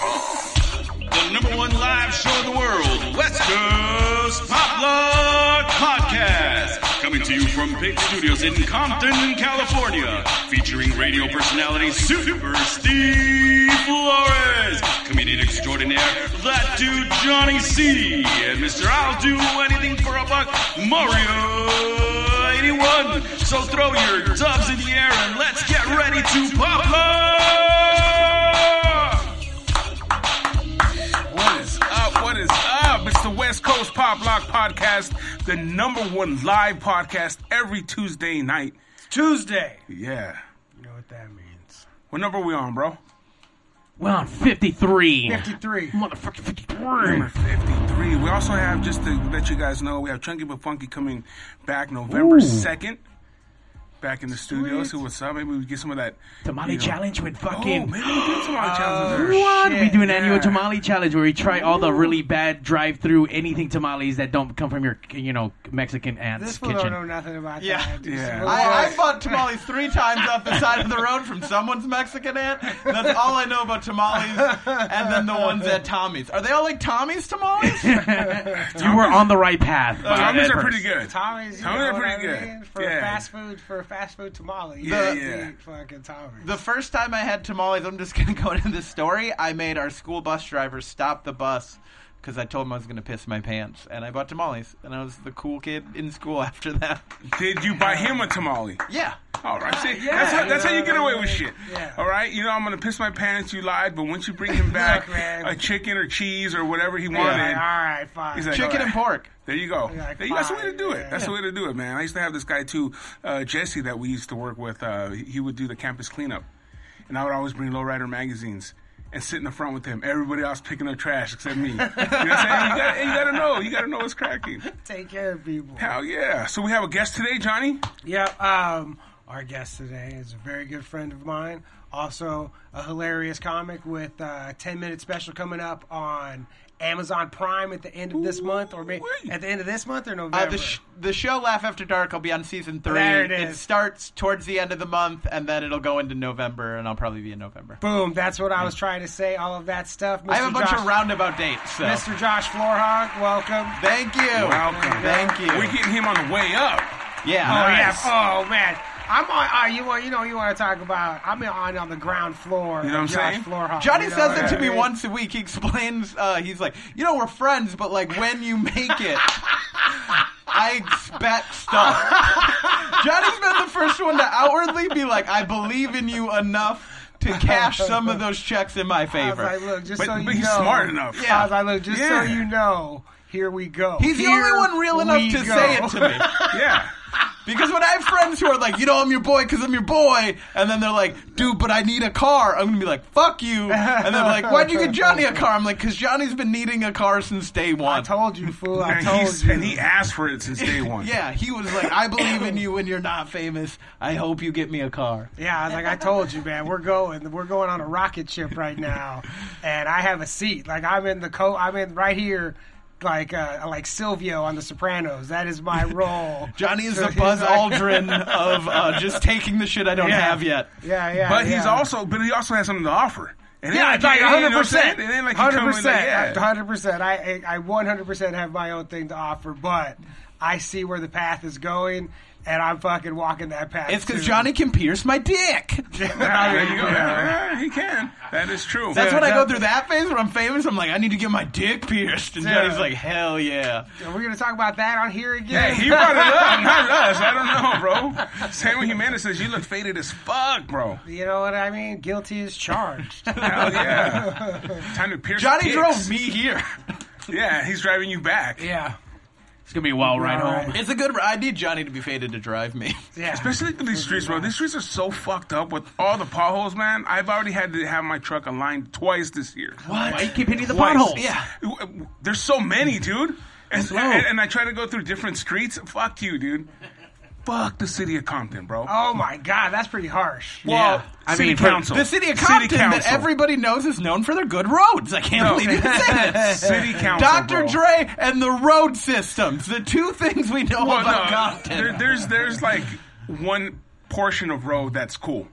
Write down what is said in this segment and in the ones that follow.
The number one live show in the world, West Coast Pop Love Podcast. Coming to you from Big Studios in Compton, California. Featuring radio personality Super Steve Flores, comedian extraordinaire, that dude Johnny C, and Mr. I'll Do Anything for a Buck, Mario 81. So throw your dubs in the air and let's get ready to pop love! What is up? What is up? It's the West Coast Pop Lock Podcast, the number one live podcast every Tuesday night. Tuesday. Yeah. You know what that means. What number we on, bro? We're on 53. 53. Motherfucker, 53. Number 53. We also have, just to let you guys know, we have Chunky But Funky coming back November Ooh. 2nd. Back in the studio, see what's up. Maybe we get some of that. Tamale you know- challenge with Oh, fucking. maybe we do some of challenges. there. what? shit, we do an annual yeah. tamale challenge where we try all the really bad drive-through anything tamales that don't come from your, you know, Mexican aunt's This fool kitchen. don't know nothing about Yeah. that. Yeah. I, I bought tamales three times off the side of the road from someone's Mexican aunt. That's all I know about tamales, and then the ones at Tommy's. Are they all like Tommy's tamales? You were on the right path. by Tommy's that are pretty verse. good. Tommy's, you Tommy's know are what pretty I good. mean? For Yeah. a fast food, for a fast food tamale. You Yeah, have to yeah. eat fucking Tommy's. The first time I had tamales, I'm just gonna go into this story. I made our school bus driver stop the bus because I told him I was gonna piss my pants, and I bought tamales, and I was the cool kid in school after that. Did you buy him a tamale? Yeah, All Ah, right, see, that's, how, that's how you get away with shit. Yeah. All right, you know I'm gonna piss my pants. You lied, but once you bring him back man. a chicken or cheese or whatever he Like, wanted, all right, fine. He's like, chicken and pork. there you go. Like, There you- that's the way to fine, do it. yeah. That's the way to do it, man. I used to have this guy too, uh, Jesse, that we used to work with. Uh, he would do the campus cleanup, and I would always bring lowrider magazines. And sit in the front with him. Everybody else picking up trash except me. You know what I'm saying? You gotta, you gotta know. You gotta know what's cracking. Take care of people. Hell yeah. So we have a guest today, Johnny. Yeah, um, our guest today is a very good friend of mine. Also, a hilarious comic with uh, a 10 minute special coming up on Amazon Prime at the end of this month, or maybe Ooh-wee. at the end of this month or November. Uh, the, sh- the show Laugh After Dark will be on season three. There it is. starts towards the end of the month, and then it'll go into November, and I'll probably be in November. Boom, that's what I was trying to say, all of that stuff. Mr. I have a bunch Josh, of roundabout dates. So. Mr. Josh Floorhog, welcome. Thank you. Welcome. Thank you. We're getting him on the way up. yeah. Oh Nice. yeah! Oh man, I'm on. Uh, you want you know you want to talk about? I'm on on the ground floor. You know what I'm of Josh saying? Floorhog, Johnny you know says what it to I me mean? once a week. He explains, uh, he's like, you know, we're friends, but like when you make it, I expect stuff. Johnny's been the first one to outwardly be like, I believe in you enough to cash some of those checks in my I was favor. like, look, just But, so you but he's know, smart enough. I was like, look, just Yeah. so you know, here we go. He's the Here only one real enough we to go. say it to me. Yeah. Because when I have friends who are like, you know, I'm your boy because I'm your boy, and then they're like, dude, but I need a car. I'm gonna be like, fuck you, and they're like, why'd you get Johnny a car? I'm like, because Johnny's been needing a car since day I one. told you, fool. I and, told he's- you. and he asked for it since day one. Yeah, he was like, I believe in you when you're not famous. I hope you get me a car. yeah, I was like, I told you, man. We're going. We're going on a rocket ship right now, and I have a seat. Like I'm in the co. I'm in right here. Like uh, like Silvio on The Sopranos. That is my role. Johnny is So the he's Buzz like- Aldrin of uh, just taking the shit I don't Yeah. have yet. Yeah, yeah. But he's yeah. also, but he also has something to offer. And Yeah, it's like you hundred know what I'm saying? percent. And then like you hundred come in like, percent, yeah. hundred percent. I I one hundred percent have my own thing to offer, but I see where the path is going, and I'm fucking walking that path. It's because too. Johnny can pierce my dick. Ah, there you go. Yeah, he can. That is true. That's yeah. when I go through that phase where I'm famous. I'm like, I need to get my dick pierced, and Dude. Johnny's like, hell yeah. We're gonna talk about that on here Hey, again. he brought it up, not us. I don't know, bro. Samuel Jimenez says you look faded as fuck, bro. you know what I mean? Guilty is charged. Hell yeah. Time to pierce. Johnny dicks. drove me here. Yeah, he's driving you back. yeah, It's going to be a wild ride Alright. home. It's a good. I need Johnny to be faded to drive me. yeah. Especially these streets, bro. These streets are so fucked up with all the potholes, man. I've already had to have my truck aligned twice this year. Why you keep hitting the Twice. potholes? Yeah. There's so many, dude. And, Slow. and, and I try to go through different streets. Fuck you, dude. Fuck the city of Compton, bro. oh my god, that's pretty harsh. well, yeah. I city mean, for- council. The city of Compton that everybody knows is known for their good roads. I can't believe you said this. City council, Dr. bro. Dre and the road systems. The two things we know Well, about no, Compton. there- there's there's like one portion of road that's cool,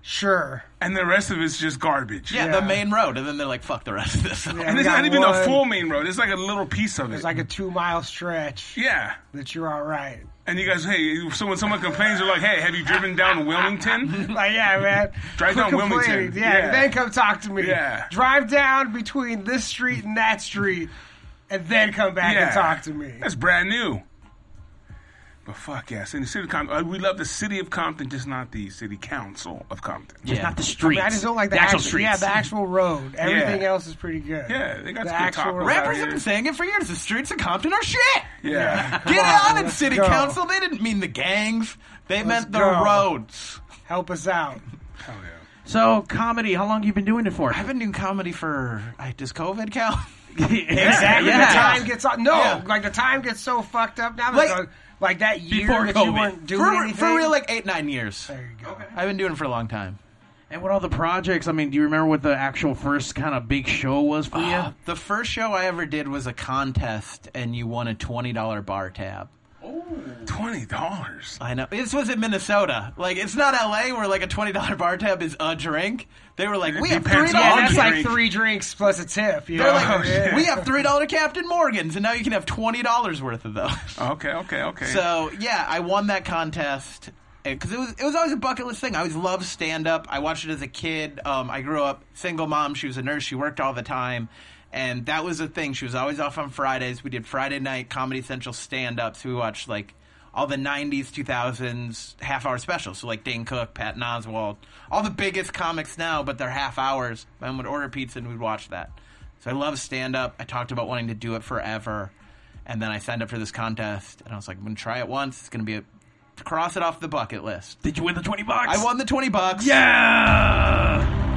Sure. and the rest of it's just garbage. Yeah, Yeah. the main road, and then they're like, "Fuck the rest of this." and we it's not got even one. a full main road. It's like a little piece of it. It's like a two mile stretch yeah, that you're all right. and you guys, hey, so when someone complains, they're like, hey, have you driven down Wilmington? Like, yeah, man. Drive Quit down Wilmington. complaining. Yeah, Yeah. then come talk to me. Yeah. Drive down between this street and that street, and then come back yeah, and talk to me. That's brand new. But fuck yes, in the city of Compton, uh, we love the city of Compton, just not the city council of Compton. Just not the streets. I just don't like the, actual actual, streets. Yeah, the actual road. Everything Yeah. else is pretty good. Yeah, they got the some good actual tacos road. out Rappers have been saying it for years. The streets of Compton are shit. Yeah. Get on, on, it, let's city go. council. They didn't mean the gangs. They meant the go. roads. Help us out. Hell yeah. So comedy. How long you been doing it for? I've been doing comedy for I does COVID count? Exactly. Yeah. The time gets on. No, Yeah. like the time gets so fucked up now. Like- Like, like, that year Before that you COVID. weren't doing for, anything. for real, like eight nine years. there you go. I've been doing it for a long time. And what all the projects? I mean, do you remember what the actual first kind of big show was for you? Uh, The first show I ever did was a contest, and you won a twenty dollar bar tab. Twenty dollars. I know this was in Minnesota. Like it's not L.A. where like a twenty dollar bar tab is a drink. They were like, we have three depends on Yeah, dollars. the that's drink. like three drinks plus a tip. You know? They're like, shit. we have three dollar Captain Morgans, and now you can have twenty dollars worth of those. Oh, Okay, okay, okay. So yeah, I won that contest because it was it was always a bucket list thing. I always loved stand up. I watched it as a kid. Um, I grew up single mom. She was a nurse. She worked all the time, and that was the thing. She was always off on Fridays. We did Friday night Comedy Central stand ups. We watched like all the '90s, 2000s half hour specials. So like Dane Cook, Patton Oswald, all the biggest comics now, but they're half hours. My mom would order pizza and we'd watch that. So I love stand up. I talked about wanting to do it forever. And then I signed up for this contest, and I was like, I'm gonna try it once. It's gonna be a cross it off the bucket list. Did you win the twenty bucks? I won the twenty bucks. Yeah.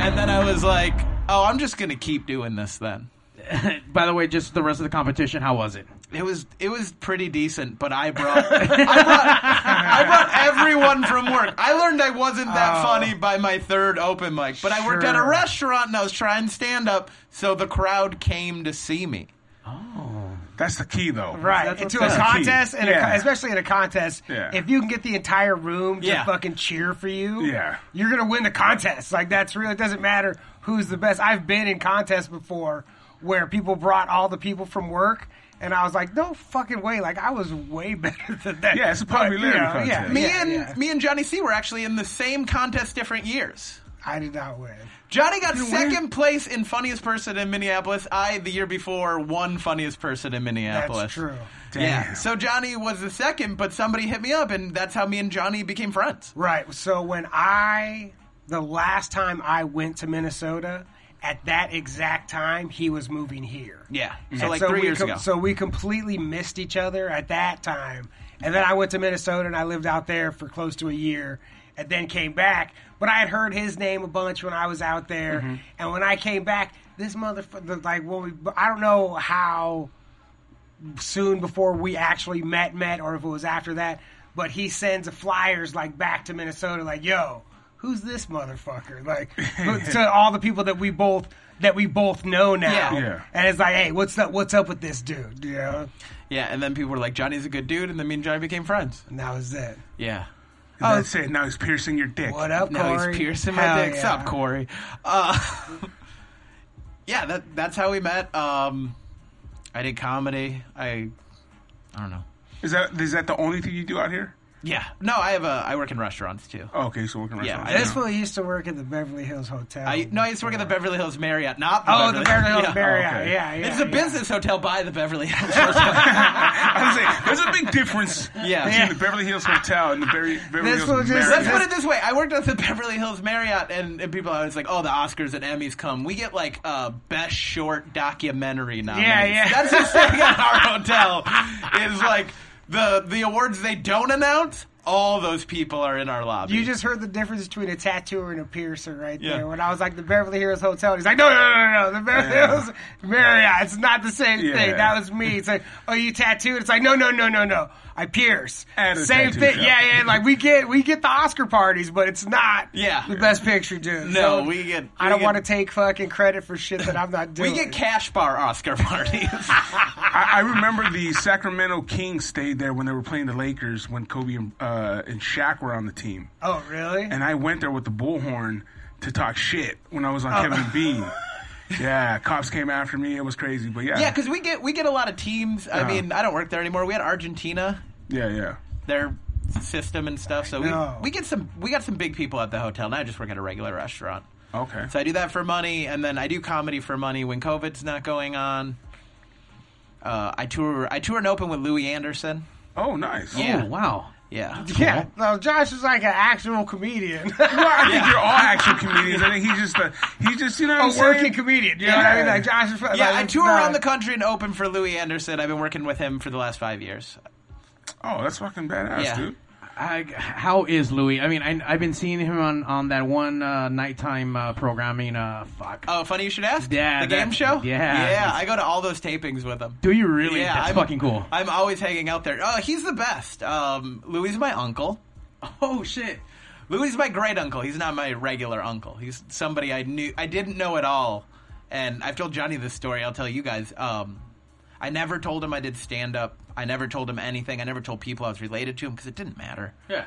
And then I was like, oh, I'm just gonna keep doing this. Then By the way, just the rest of the competition. How was it? it was it was pretty decent, but I brought I brought I brought everyone from work. I learned I wasn't that funny by my third open mic, but I worked at a Oh. Sure. restaurant and I was trying stand up, so the crowd came to see me. That's the key, though. Right, That's into a what's up. contest, and Yeah. a, especially in a contest, Yeah. if you can get the entire room to Yeah. fucking cheer for you, Yeah. you're gonna win the contest. Like that's real. It doesn't matter who's the best. I've been in contests before where people brought all the people from work, and I was like, no fucking way. Like I was way better than that. Yeah, it's a But, you popularity know, contest. Yeah, Me yeah, and yeah. me and Johnny C were actually in the same contest, different years. I did not win. Johnny got second place in funniest person in Minneapolis. I the year before won funniest person in That's Minneapolis. true. Yeah. So Johnny was the second, but somebody hit me up, and that's how me and Johnny became friends. Right. So when I the last time I went to Minnesota, at that exact time he was moving here. Yeah. So And like three we years com- ago. So we completely missed each other at that time. And then I went to Minnesota and I lived out there for close to a year and then came back. But I had heard his name a bunch when I was out there. Mm-hmm. And when I came back, this motherfucker, like, well, we, I don't know how soon before we actually met, met, or if it was after that, but he sends flyers, like, back to Minnesota, like, yo, who's this motherfucker? Like, who- to all the people that we both. That we both know now, Yeah. Yeah. and it's like, hey, what's up? What's up with this dude? You know, yeah. And then people were like, Johnny's a good dude, and then me and Johnny became friends. and that was it. Yeah. And that's it. Now he's piercing your dick. uh, What up, Now Corey? he's piercing my Hell dick. yeah. Stop, Corey. Uh, yeah, that that's how we met. Um, I did comedy. I I don't know. Is that is that the only thing you do out here? Yeah. No, I have a I work in restaurants too. Oh, okay, so working Yeah, restaurants. I This know. fool used to work at the Beverly Hills Hotel. I no, I used to work at the Beverly Hills Marriott, not the oh, the Beverly Hills Yeah. Marriott. okay. Yeah, yeah. It's a yeah. business hotel by the Beverly Hills. I was saying, there's a big difference Yeah. between the Beverly Hills Hotel and the Beverly, Beverly This Hills was just- Let's Marriott. put it this way: I worked at the Beverly Hills Marriott, and, and people are always like, "Oh, the Oscars and Emmys come. We get like uh, best short documentary nominees. Yeah, yeah. That's the thing at our hotel is like the the awards they don't announce. All those people are in our lobby. You just heard the difference between a tattooer and a piercer right Yeah. there. When I was like the Beverly Hills Hotel, he's like, no, no, no, no, no. the Beverly Hills Marriott. It's not the same Yeah. thing. That was me. It's like, oh, you tattooed? It's like, no, no, no, no, no. I pierce. Add a Same tattoo thing. shop. Yeah, yeah. Like we get we get the Oscar parties, but it's not Yeah. the best picture, dude. No, we get- I we don't get- want to take fucking credit for shit that I'm not doing. We get cash bar Oscar parties. I, I remember the Sacramento Kings stayed there when they were playing the Lakers when Kobe and, uh, and Shaq were on the team. Oh, really? and I went there with the bullhorn to talk shit when I was on Kevin Bean. Yeah, cops came after me. It was crazy, but yeah, yeah, because we get we get a lot of teams. I Yeah. mean, I don't work there anymore. We had Argentina, yeah, yeah. their system and stuff. So we, know. we get some we got some big people at the hotel. Now I just work at a regular restaurant. Okay, So I do that for money, and then I do comedy for money when COVID's not going on. Uh, I tour I tour an open with Louis Anderson. oh, nice. Yeah. Oh, wow. Yeah. yeah. No, Josh is like an actual comedian, Well, I think you're all actual comedians. I think he's just a, he just you know a what I'm working saying? comedian. You know what I mean? Yeah. Like Josh is. Yeah, like, I tour no. around the country and open for Louis Anderson. I've been working with him for the last five years. Oh, that's fucking badass, Yeah. dude. I, how is Louis? I mean, I, I've been seeing him on, on that one uh, nighttime uh, programming. Uh, fuck. Oh, funny you should ask. Yeah, the that- game show. yeah. yeah. I go to all those tapings with him. Do you really? Yeah, That's I'm- fucking cool. I'm always hanging out there. Oh, he's the best. Um, Louis is my uncle. oh shit. Louis is my great uncle. He's not my regular uncle. He's somebody I knew. I didn't know at all. And I've told Johnny this story. I'll tell you guys. Um, I never told him I did stand up. I never told him anything. I never told people I was related to him because it didn't matter. Yeah.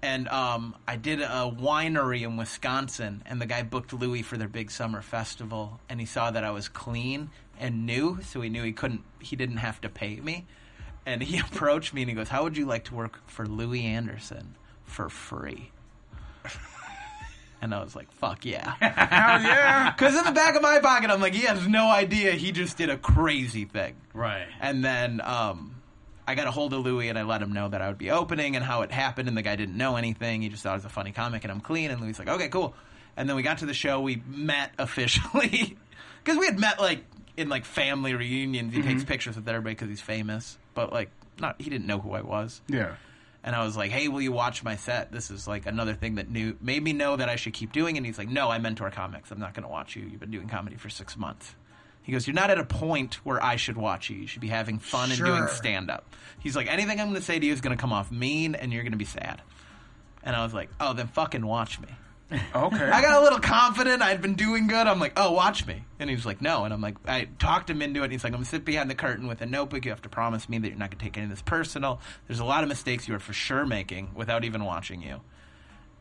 And um, I did a winery in Wisconsin, and the guy booked Louis for their big summer festival, and he saw that I was clean and new, so he knew he couldn't, he didn't have to pay me. And he approached me and he goes, "How would you like to work for Louis Anderson for free?" and I was like, "Fuck yeah!" Hell yeah. Because in the back of my pocket, I'm like, he has no idea. He just did a crazy thing. Right. And then um, I got a hold of Louis and I let him know that I would be opening and how it happened. And the guy didn't know anything. He just thought I was a funny comic and I'm clean. And Louis like, okay, cool. And then we got to the show. We met officially because we had met like in like family reunions. He takes pictures with everybody because he's famous, but like not he didn't know who I was. Yeah. And I was like, hey, will you watch my set? This is like another thing that knew made me know that I should keep doing. it." And he's like, no, I mentor comics. I'm not going to watch you. You've been doing comedy for six months. He goes, you're not at a point where I should watch you. You should be having fun and doing Sure. stand up. He's like, anything I'm going to say to you is going to come off mean and you're going to be sad. And I was like, oh, then fucking watch me. Okay. I got a little confident. I'd been doing good. I'm like, oh, watch me. And he was like, no. And I'm like, I talked him into it. And he's like, I'm going to sit behind the curtain with a notebook. You have to promise me that you're not going to take any of this personal. There's a lot of mistakes you are for sure making without even watching you.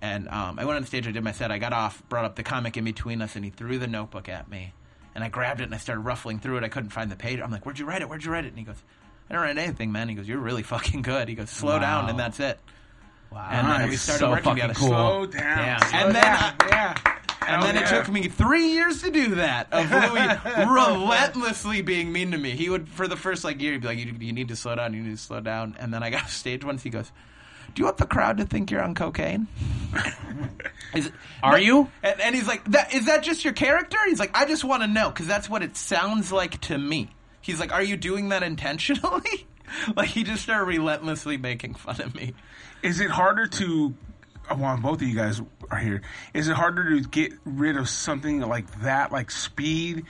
And um, I went on stage. I did my set. I got off, brought up the comic in between us, and he threw the notebook at me. And I grabbed it and I started ruffling through it. I couldn't find the page. I'm like, where'd you write it? Where'd you write it? And he goes, I don't write anything, man. He goes, you're really fucking good. He goes, slow down, and that's it. Wow. And then we That's started so working fucking together. cool. Slow down. Damn. And then yeah, I, yeah. and then it yeah. took me three years to do that of Louis relentlessly being mean to me. He would, for the first like year, he'd be like, you, "You need to slow down. You need to slow down." And then I got off stage once. He goes, "Do you want the crowd to think you're on cocaine?" Is- Are you? And, and he's like, that, "Is that just your character?" He's like, "I just want to know because that's what it sounds like to me." He's like, "Are you doing that intentionally?" like he just started relentlessly making fun of me. Is it harder to? Well, both of you guys are here. Is it harder to get rid of something like that, like speed,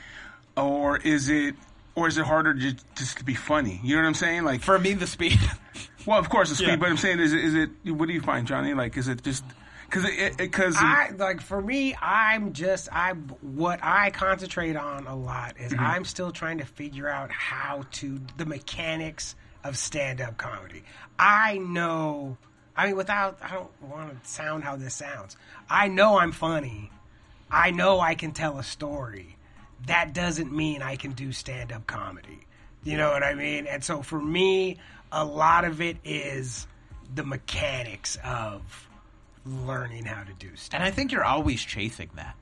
or is it, or is it harder just just to be funny? You know what I'm saying? Like, For me, the speed. well, of course, the speed. Yeah. But I'm saying, is it, is it? What do you find, Johnny? Like, is it just because it because I like for me, I'm just I'm what I concentrate on a lot is I'm still trying to figure out how to the mechanics of stand up comedy. I know I mean without I don't want to sound how this sounds. I know I'm funny. I know I can tell a story. That doesn't mean I can do stand up comedy. You know what I mean? And so for me, a lot of it is the mechanics of learning how to do stuff. And I think you're always chasing that.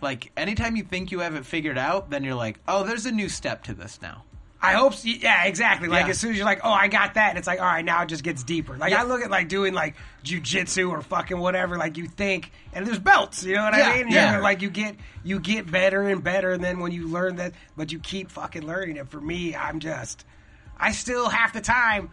Like anytime you think you have it figured out, then you're like, "Oh, there's a new step to this now." I hope, so. yeah, exactly. Like Yeah. as soon as you're like, oh, I got that, and it's like, all right, now it just gets deeper. Like Yeah. I look at like doing like jujitsu or fucking whatever. Like you think, and there's belts. You know what Yeah, I mean? yeah. You're Like you get you get better and better, and then when you learn that, but you keep fucking learning. And for me, I'm just, I still half the time.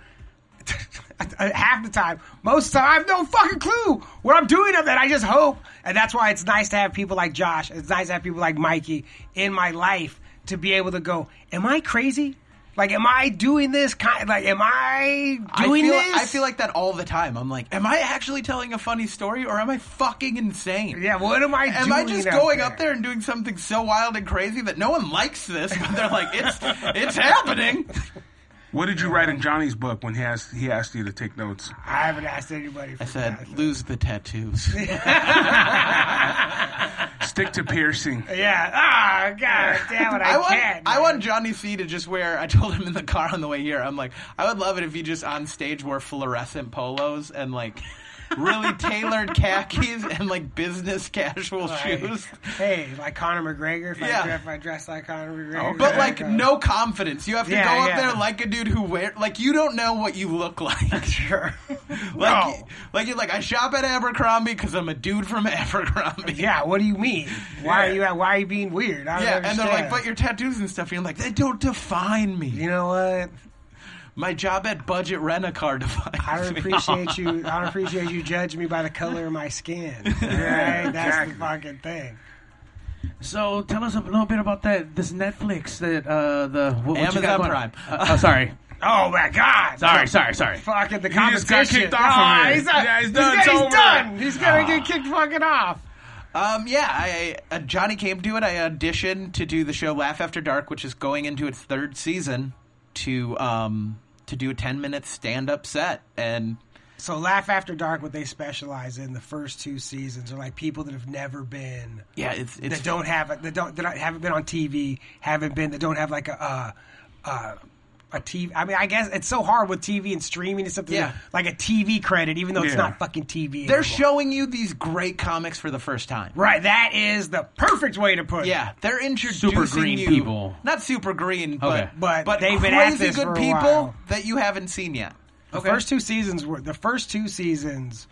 Uh, half the time, most of the time, I have no fucking clue what I'm doing of that. I just hope, and that's why it's nice to have people like Josh. It's nice to have people like Mikey in my life to be able to go. Am I crazy? Like, am I doing this? Kind like, am I doing I feel, this? I feel like that all the time. I'm like, am I actually telling a funny story or am I fucking insane? yeah. What am I? Am doing I just out going up there and doing something so wild and crazy that no one likes this, but they're like, it's it's happening. What did you write in Johnny's book when he asked he asked you to take notes? I haven't asked anybody. For I said, that. lose the tattoos. Stick to piercing. Yeah. Ah, god damn it! I, I want can't. I man. want Johnny C to just wear. I told him in the car on the way here. I'm like, I would love it if he just on stage wore fluorescent polos and like really tailored khakis and like business casual Like, shoes. Hey, like Conor McGregor. If, Yeah. I, dre- if I dress like Oh, Conor McGregor, But I'd like go- no confidence. You have to Yeah, go up yeah. there like a dude who wear like you don't know what you look like. Sure. Like, like you're like I shop at Abercrombie because I'm a dude from Abercrombie. Yeah. What do you mean? Why Yeah. are you? Why are you being weird? I don't Yeah, and understand. they're like, but your tattoos and stuff. And you're like, they don't define me. you know what? My job at Budget Rent a Car defines I don't me. appreciate you. I don't appreciate you judging me by the color of my skin. All right? That's the exactly. fucking thing. So tell us a little bit about that this Netflix that uh the what, what you Amazon got going- Prime. Uh, oh, sorry, Oh my god! sorry, sorry, sorry. Fucking the He just got competition. kicked off Ah, of it. he's, not- Yeah, he's he's done. got- It's He's, over. Ah. done. He's gonna get kicked fucking off. Um, yeah, I uh, Johnny came to it. I auditioned to do the show Laugh After Dark, which is going into its third season to um to do a ten minute stand up set, and So, Laugh After Dark, what they specialize in the first two seasons are like people that have never been, yeah, it's it's that don't have, that don't, that haven't been on TV, haven't been, that don't have like a, uh, uh, a TV. I mean, I guess it's so hard with TV and streaming and something Yeah. like a TV credit, even though it's Yeah. not fucking TV. they're anymore. showing you these great comics for the first time. right. That is the perfect way to put it. Yeah, they're introducing green you- people. Not super green, Okay. but But but they've crazy been at this good for a people while. that you haven't seen yet. The first two seasons were the first two seasons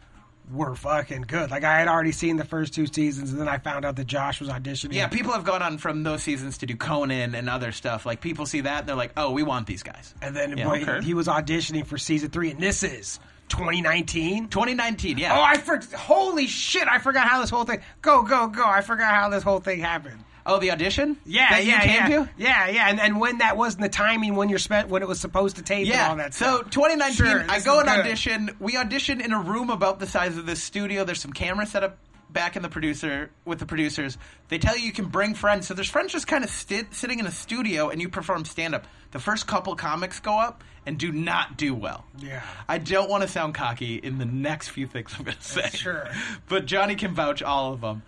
were fucking good. Like I had already seen the first two seasons, and then I found out that Josh was auditioning. Yeah, people have gone on from those seasons to do Conan and other stuff. Like people see that and they're like, "Oh, we want these guys." and then Yeah, boy, okay. he was auditioning for season three, and this is 2019. 2019, yeah. Oh, I for holy shit! I forgot how this whole thing. Go, go, go! I forgot how this whole thing happened. Oh, the audition? Yeah, that yeah, you came yeah, to? yeah, yeah, and, and when that was and the timing when you're spent when it was supposed to tape and all that. so stuff. 2019, Sure, I this go is and good. audition. We audition in a room about the size of this studio. There's some camera set up back in the producer with the producers. They tell you you can bring friends. So there's friends just kind of sti- sitting in a studio and you perform stand up. The first couple comics go up and do not do well. Yeah. I don't want to sound cocky in the next few things I'm going to say. Sure. But Johnny can vouch all of them.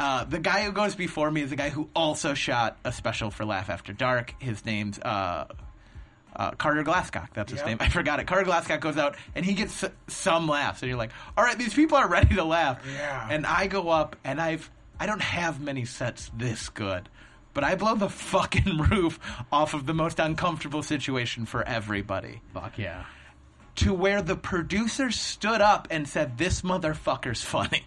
Uh, the guy who goes before me is the guy who also shot a special for Laugh After Dark. His name's uh, uh, Carter Glasscock. That's his Yep. name. I forgot it. Carter Glasscock goes out and he gets s- some laughs, and you're like, "All right, these people are ready to laugh." Yeah. And I go up, and I've I don't have many sets this good, but I blow the fucking roof off of the most uncomfortable situation for everybody Fuck yeah. to where the producer stood up and said, "This motherfucker's funny,"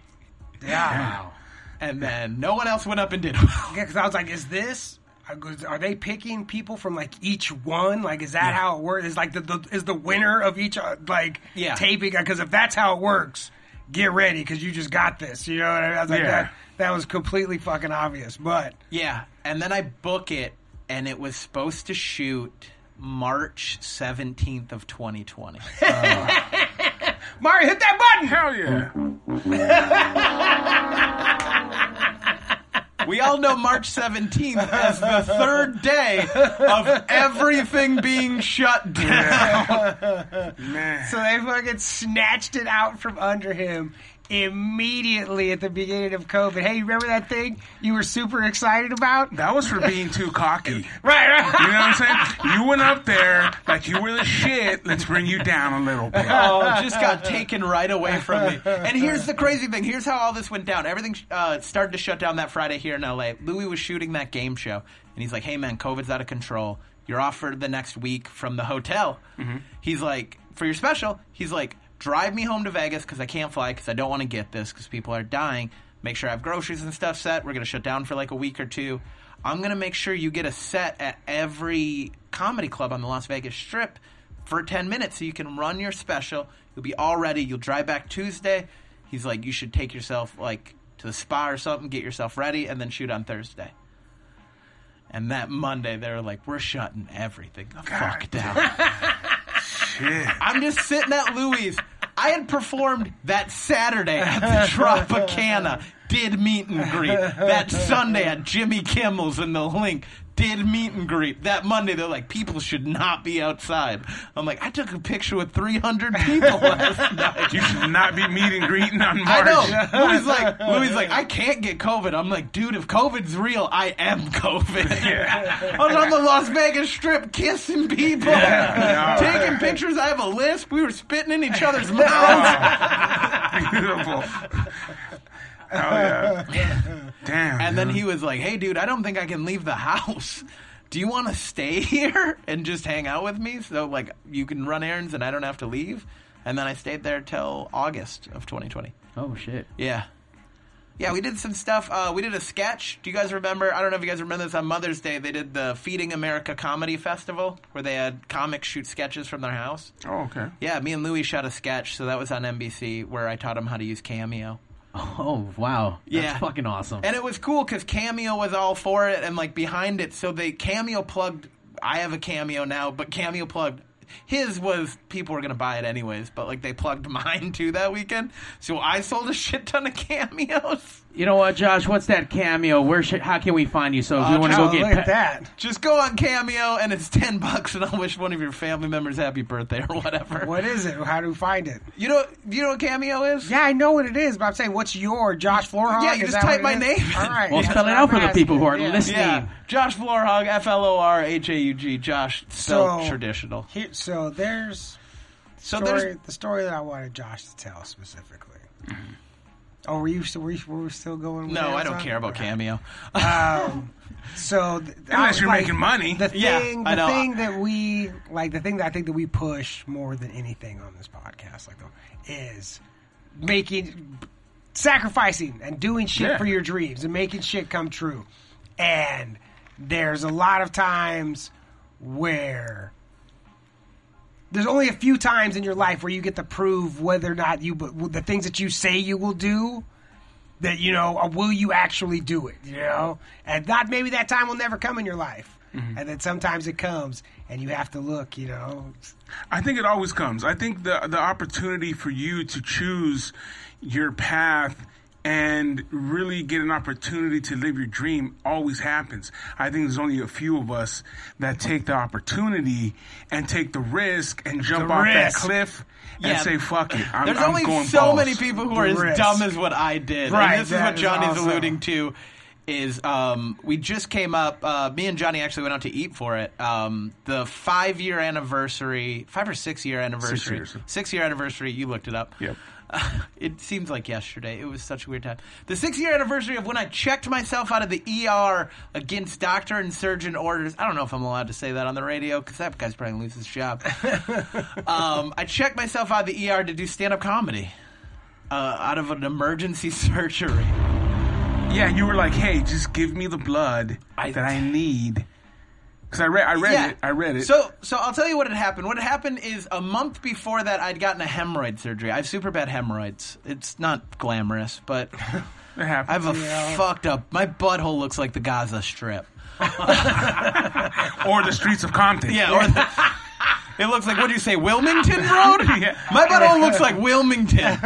yeah. Wow. and then no one else went up and did. well. Yeah, because I was like, is this? I goes, Are they picking people from like each one? Like, is that how it works? Is like the, the is the winner of each uh, like Yeah. taping? Because if that's how it works, get ready because you just got this. You know what I mean? I was like, Yeah. that that was completely fucking obvious. But yeah, and then I book it, and it was supposed to shoot March seventeenth of twenty twenty. Mario, hit that button. Hell yeah. we all know March seventeenth as the third day of everything being shut down. Man. So they fucking snatched it out from under him immediately at the beginning of COVID. Hey, you remember that thing you were super excited about? That was for being too cocky. Right, right. You know what I'm saying? You went up there like you were the shit. Let's bring you down a little bit. Oh, it just got taken right away from me. And here's the crazy thing. Here's how all this went down. Everything uh, started to shut down that Friday here in LA. Louis was shooting that game show, and he's like, "Hey man, COVID's out of control. You're off for the next week from the hotel." He's like, "For your special." He's like, "Drive me home to Vegas because I can't fly because I don't want to get this because people are dying. Make sure I have groceries and stuff set. We're gonna shut down for like a week or two. I'm gonna make sure you get a set at every comedy club on the Las Vegas Strip." for 10 minutes so you can run your special. You'll be all ready. You'll drive back Tuesday. He's like, you should take yourself like to the spa or something, get yourself ready, and then shoot on Thursday. And that Monday, they were like, "We're shutting everything the fuck God down." Shit. I'm just sitting at Louis. I had performed that Saturday at the Tropicana, did meet and greet. That Sunday at Jimmy Kimmel's in the Link, did meet and greet. That Monday, they're like, people should not be outside. I'm like, I took a picture with 300 people last night. You should not be meet and greeting on I March. know. Louis like, Louis like, I can't get COVID. I'm like, dude, if COVID's real, I am COVID. Yeah. I was on the Las Vegas Strip kissing people, Yeah, no. taking pictures. I have a lisp. We were spitting in each other's mouths. Beautiful. Hell yeah. Damn. And then dude. he was like, "Hey, dude, I don't think I can leave the house. Do you want to stay here and just hang out with me so like you can run errands and I don't have to leave?" And then I stayed there till August of 2020. Oh shit. Yeah. Yeah, we did some stuff. Uh, we did a sketch. Do you guys remember? I don't know if you guys remember this. On Mother's Day, they did the Feeding America Comedy Festival where they had comics shoot sketches from their house. Oh, okay. Yeah, me and Louis shot a sketch, so that was on NBC where I taught him how to use Cameo. Oh wow. That's Yeah. fucking awesome. And it was cool because Cameo was all for it and like behind it. So they Cameo plugged. I have a Cameo now, but Cameo plugged. His was people were gonna buy it anyways, but like they plugged mine too that weekend. So I sold a shit ton of cameos. you know what, Josh? What's that cameo? Where? Sh- how can we find you? So Uh, if you want to Oh, go look get at pe- that. Just go on Cameo and it's ten bucks, and I'll wish one of your family members happy birthday or whatever. What is it? How do we find it? You know? You know what Cameo is? Yeah, I know what it is, but I'm saying, what's your Josh Florhog? Yeah, you Is just that type what it my is? name. All right. Well, that's spell it what out I'm for the people who are asking. Yeah. listening. Yeah, Josh Florhog, F L O R H A U G, Josh, spelled So- traditional. Here, so there's So story, there's Mm-hmm. the story that I wanted Josh to tell specifically. Oh, were you, were you were we still going? With no, I don't Amazon? care about Okay. Cameo. So th- that Unless was you're like making money. The Yeah, thing, the I know. thing that we like, the thing that I think that we push more than anything on this podcast, like though, is making, sacrificing, and doing shit Yeah. for your dreams and making shit come true. And there's a lot of times where there's only a few times in your life where you get to prove whether or not you, but the things that you say you will do that you know or will you actually do it you know and that maybe that time will never come in your life and then sometimes it comes and you have to look you know I think it always comes. I think the the opportunity for you to choose your path and really get an opportunity to live your dream always happens. I think there's only a few of us that take the opportunity and take the risk and jump The off that risk. cliff and Yeah. say fuck it. I'm, There's I'm only going so balls." many people who are as Risk. dumb as what I did. Right, And this is that what is Johnny's awesome. alluding to is um, we just came up uh, me and Johnny actually went out to eat for it. Um, the five year anniversary five or six year anniversary. years. year anniversary, you looked it up. Yep. It seems like yesterday. It was such a weird time. The six year anniversary of when I checked myself out of the ER against doctor and surgeon orders. I don't know if I'm allowed to say that on the radio because that guy's probably going to lose his job. um, I checked myself out of the ER to do stand up comedy uh, out of an emergency surgery. Yeah, you were like, "Hey, just give me the blood I- that I need." Cuz I read I read yeah. it. I read it. So, so I'll tell you what had happened. What had happened is a month before that, I'd gotten a hemorrhoid surgery. I have super bad hemorrhoids. It's not glamorous, but it happened. I have a fucked up. My butthole looks like the Gaza Strip. or the streets of Compton. Yeah, or the, it looks like what do you say, Wilmington Road? Yeah. My butthole looks like Wilmington.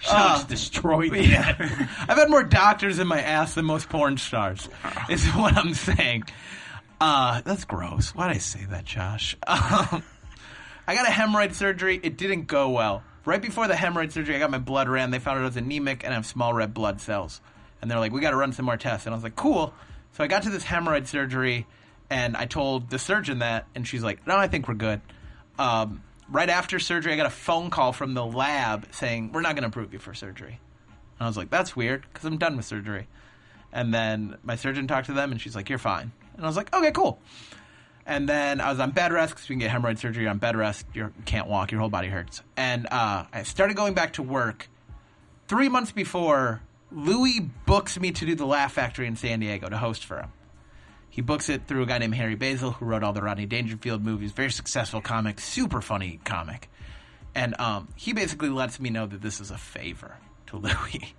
Josh destroyed. me. Uh, Yeah. I've had more doctors in my ass than most porn stars. Is what I'm saying. Uh, that's gross. Why'd I say that, Josh? Um, I got a hemorrhoid surgery. It didn't go well. Right before the hemorrhoid surgery, I got my blood ran. They found out I was anemic and I have small red blood cells. And they're like, we got to run some more tests. And I was like, cool. So I got to this hemorrhoid surgery and I told the surgeon that. And she's like, no, I think we're good. Um, right after surgery, I got a phone call from the lab saying, we're not going to approve you for surgery. And I was like, that's weird because I'm done with surgery. And then my surgeon talked to them and she's like, you're fine. And I was like, okay, cool. And then I was on bed rest because you can get hemorrhoid surgery on bed rest. You're, you can't walk, your whole body hurts. And uh, I started going back to work. Three months before, Louis books me to do the Laugh Factory in San Diego to host for him. He books it through a guy named Harry Basil, who wrote all the Rodney Dangerfield movies. Very successful comic, super funny comic. And um, he basically lets me know that this is a favor to Louis.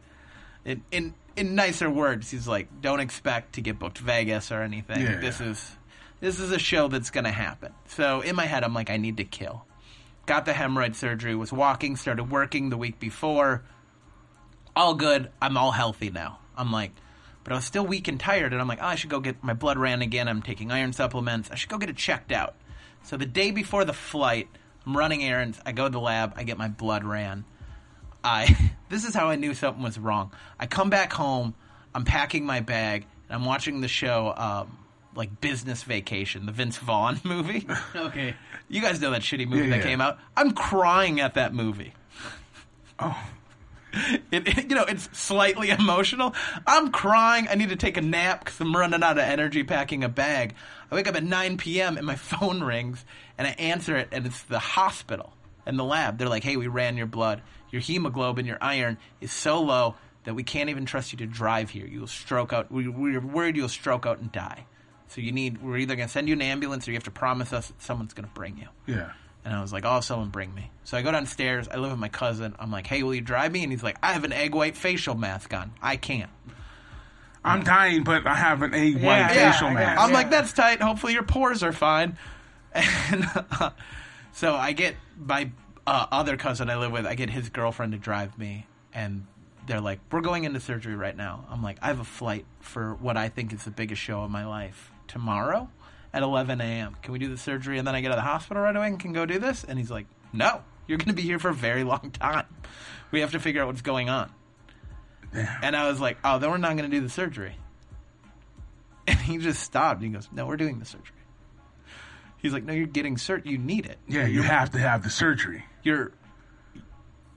in in in nicer words, he's like, "Don't expect to get booked Vegas or anything. Yeah, this yeah. is this is a show that's gonna happen." So in my head, I'm like, "I need to kill." Got the hemorrhoid surgery. Was walking. Started working the week before. All good. I'm all healthy now. I'm like, but I was still weak and tired, and I'm like, oh, I should go get my blood ran again. I'm taking iron supplements. I should go get it checked out. So the day before the flight, I'm running errands. I go to the lab. I get my blood ran. I this is how I knew something was wrong. I come back home, I'm packing my bag, and I'm watching the show um, like Business Vacation, the Vince Vaughn movie. Okay. you guys know that shitty movie Yeah, that yeah. came out. I'm crying at that movie. Oh, It, it- you know, it's slightly emotional. I'm crying. I need to take a nap because I'm running out of energy packing a bag. I wake up at 9 p.m. and my phone rings, and I answer it, and it's the hospital and the lab. They're like, "Hey, we ran your blood. Your hemoglobin, your iron is so low that we can't even trust you to drive here. You'll stroke out. We, we're worried you'll stroke out and die. So you need. We're either going to send you an ambulance, or you have to promise us that someone's going to bring you." yeah. And I was like, oh, someone bring me. So I go downstairs. I live with my cousin. I'm like, hey, will you drive me? And he's like, I have an egg white facial mask on. I can't. I'm dying, but I have an egg white yeah, facial I mask. got I'm like, that's tight. Hopefully your pores are fine. And uh, so I get my uh, other cousin I live with, I get his girlfriend to drive me. And they're like, we're going into surgery right now. I'm like, I have a flight for what I think is the biggest show of my life tomorrow at 11 a.m. Can we do the surgery and then I get out of the hospital right away and can go do this? And he's like, no, you're going to be here for a very long time. We have to figure out what's going on. And I was like, oh, then we're not going to do the surgery. And he just stopped. He goes, "No, we're doing the surgery." He's like, "No, you're getting cert. You need it. Yeah, you have to have the surgery. You're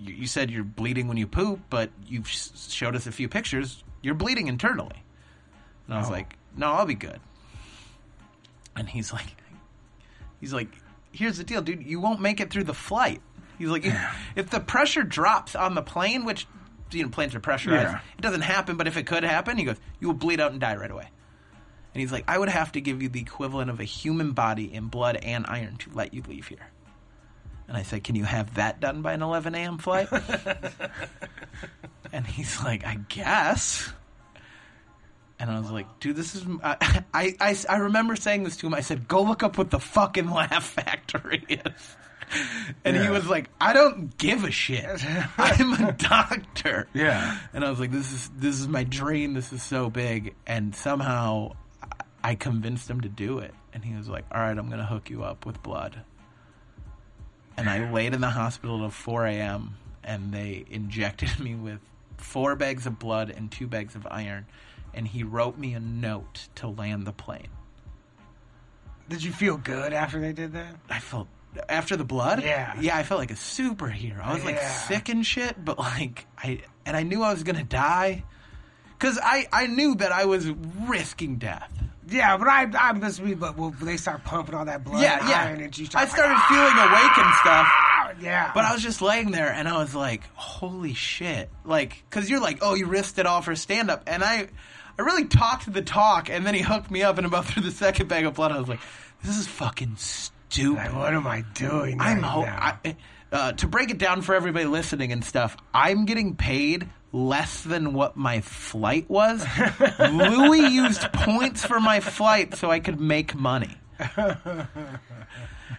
you, you said you're bleeding when you poop, but you've sh- showed us a few pictures. You're bleeding internally." And I was Oh. like, "No, I'll be good." And he's like, "He's like, here's the deal, dude. You won't make it through the flight." He's like, if, "If the pressure drops on the plane, which you know planes are pressurized, Yeah. it doesn't happen. But if it could happen, he goes, you will bleed out and die right away." And he's like, I would have to give you the equivalent of a human body in blood and iron to let you leave here. And I said, Can you have that done by an 11 a.m. flight? and he's like, I guess. And I was like, Dude, this is. I, I, I, I remember saying this to him. I said, Go look up what the fucking Laugh Factory is. And he Yeah. was like, I don't give a shit. I'm a doctor. Yeah. And I was like, "This is this is my dream. This is so big." And somehow, I- I convinced him to do it. And he was like, "All right, I'm going to hook you up with blood." And I laid in the hospital till 4 a.m. and they injected me with four bags of blood and two bags of iron. And he wrote me a note to land the plane. Did you feel good after they did that? I felt after the blood. Yeah. yeah. I felt like a superhero. I was like Yeah. sick and shit, but like I and I knew I was gonna die because I I knew that I was risking death. Yeah, but I, I must be. But well, they start pumping all that blood, yeah, and yeah. iron, and you start I like, started feeling awake and stuff. "Ah!" yeah, But I was just laying there and I was like, holy shit. Like, because you're like, oh, you risked it all for stand up. And I, I really talked the talk and then he hooked me up and about through the second bag of blood. I was like, this is fucking stupid. like, what am I doing? I'm right ho- now? I, uh, to break it down for everybody listening and stuff. I'm getting paid less than what my flight was. Louis used points for my flight so I could make money.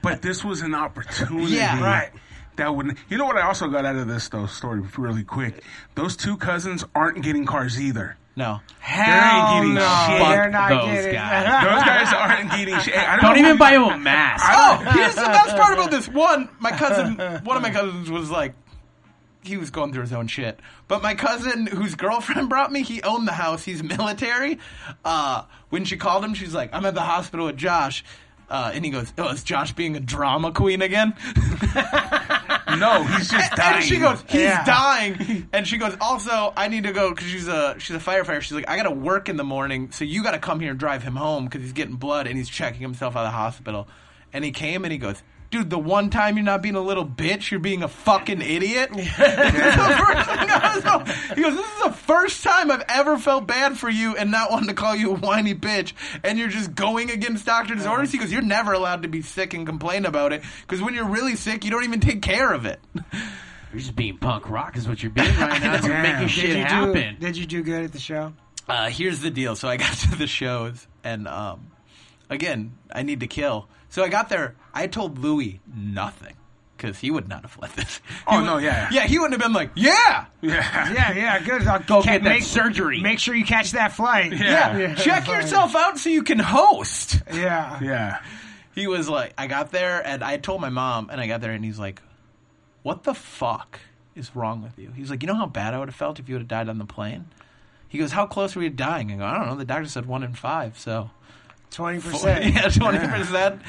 But this was an opportunity. Yeah, right. That would. You know what? I also got out of this though story really quick. Those two cousins aren't getting cars either. No, Hell getting no, shit. they're not Fuck those getting guys. Those guys aren't getting shit. I Don't know even who- buy him a mask. Oh, here's the best part about this. One, my cousin, one of my cousins was like, he was going through his own shit. But my cousin, whose girlfriend brought me, he owned the house. He's military. Uh, when she called him, she's like, I'm at the hospital with Josh. Uh, and he goes, Oh, is Josh being a drama queen again? No, he's just dying. And she goes, He's Yeah. dying. And she goes, Also, I need to go because she's a she's a firefighter. She's like, I gotta work in the morning, so you gotta come here and drive him home because he's getting blood and he's checking himself out of the hospital. And he came and he goes, Dude, the one time you're not being a little bitch, you're being a fucking idiot. This is the first thing I was- he goes, This is the first time I've ever felt bad for you and not wanted to call you a whiny bitch. And you're just going against doctor's orders. He goes, You're never allowed to be sick and complain about it because when you're really sick, you don't even take care of it. You're just being punk rock is what you're being right now. You're Damn. making Did shit did you happen. Do, did you do good at the show? Uh, here's the deal. So I got to the shows, and um, again, I need to kill. So I got there. I told Louis nothing because he would not have let this. He Oh, would- no, yeah. yeah. He wouldn't have been like, yeah, Yeah. Yeah, yeah, good. I'll Go ca- get that surgery. Make sure you catch that flight. yeah. Yeah. Check yourself out so you can host. Yeah. Yeah. He was like, I got there, and I told my mom, and I got there, and he's like, what the fuck is wrong with you? He's like, you know how bad I would have felt if you would have died on the plane. He goes, how close were you to dying? I go, I don't know. The doctor said one in five, so. Twenty percent. yeah, twenty percent.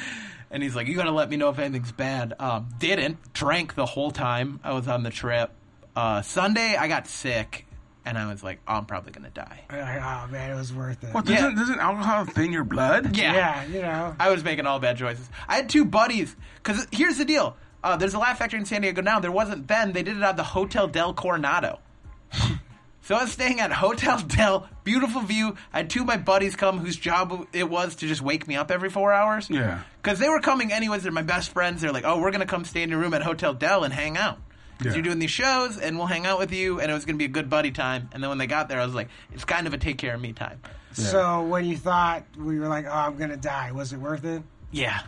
And he's like, "You gotta let me know if anything's bad." Um, didn't drank the whole time I was on the trip. Uh, Sunday I got sick, and I was like, "I'm probably gonna die." Oh man, it was worth it. Well, Yeah. doesn't, doesn't alcohol thin your blood? Yeah, yeah, you know. I was making all bad choices. I had two buddies. Cause here's the deal: uh, there's a Laugh Factory in San Diego now. There wasn't then. They did it at the Hotel Del Coronado. so I was staying at Hotel Del, beautiful view. I had two of my buddies come, whose job it was to just wake me up every four hours. Yeah. Because they were coming anyways. They're my best friends. They're like, oh, we're going to come stay in your room at Hotel Dell and hang out. Because Yeah. you're doing these shows and we'll hang out with you. And it was going to be a good buddy time. And then when they got there, I was like, it's kind of a take care of me time. So when you thought we were like, "Oh, I'm gonna die," was it worth it? Yeah.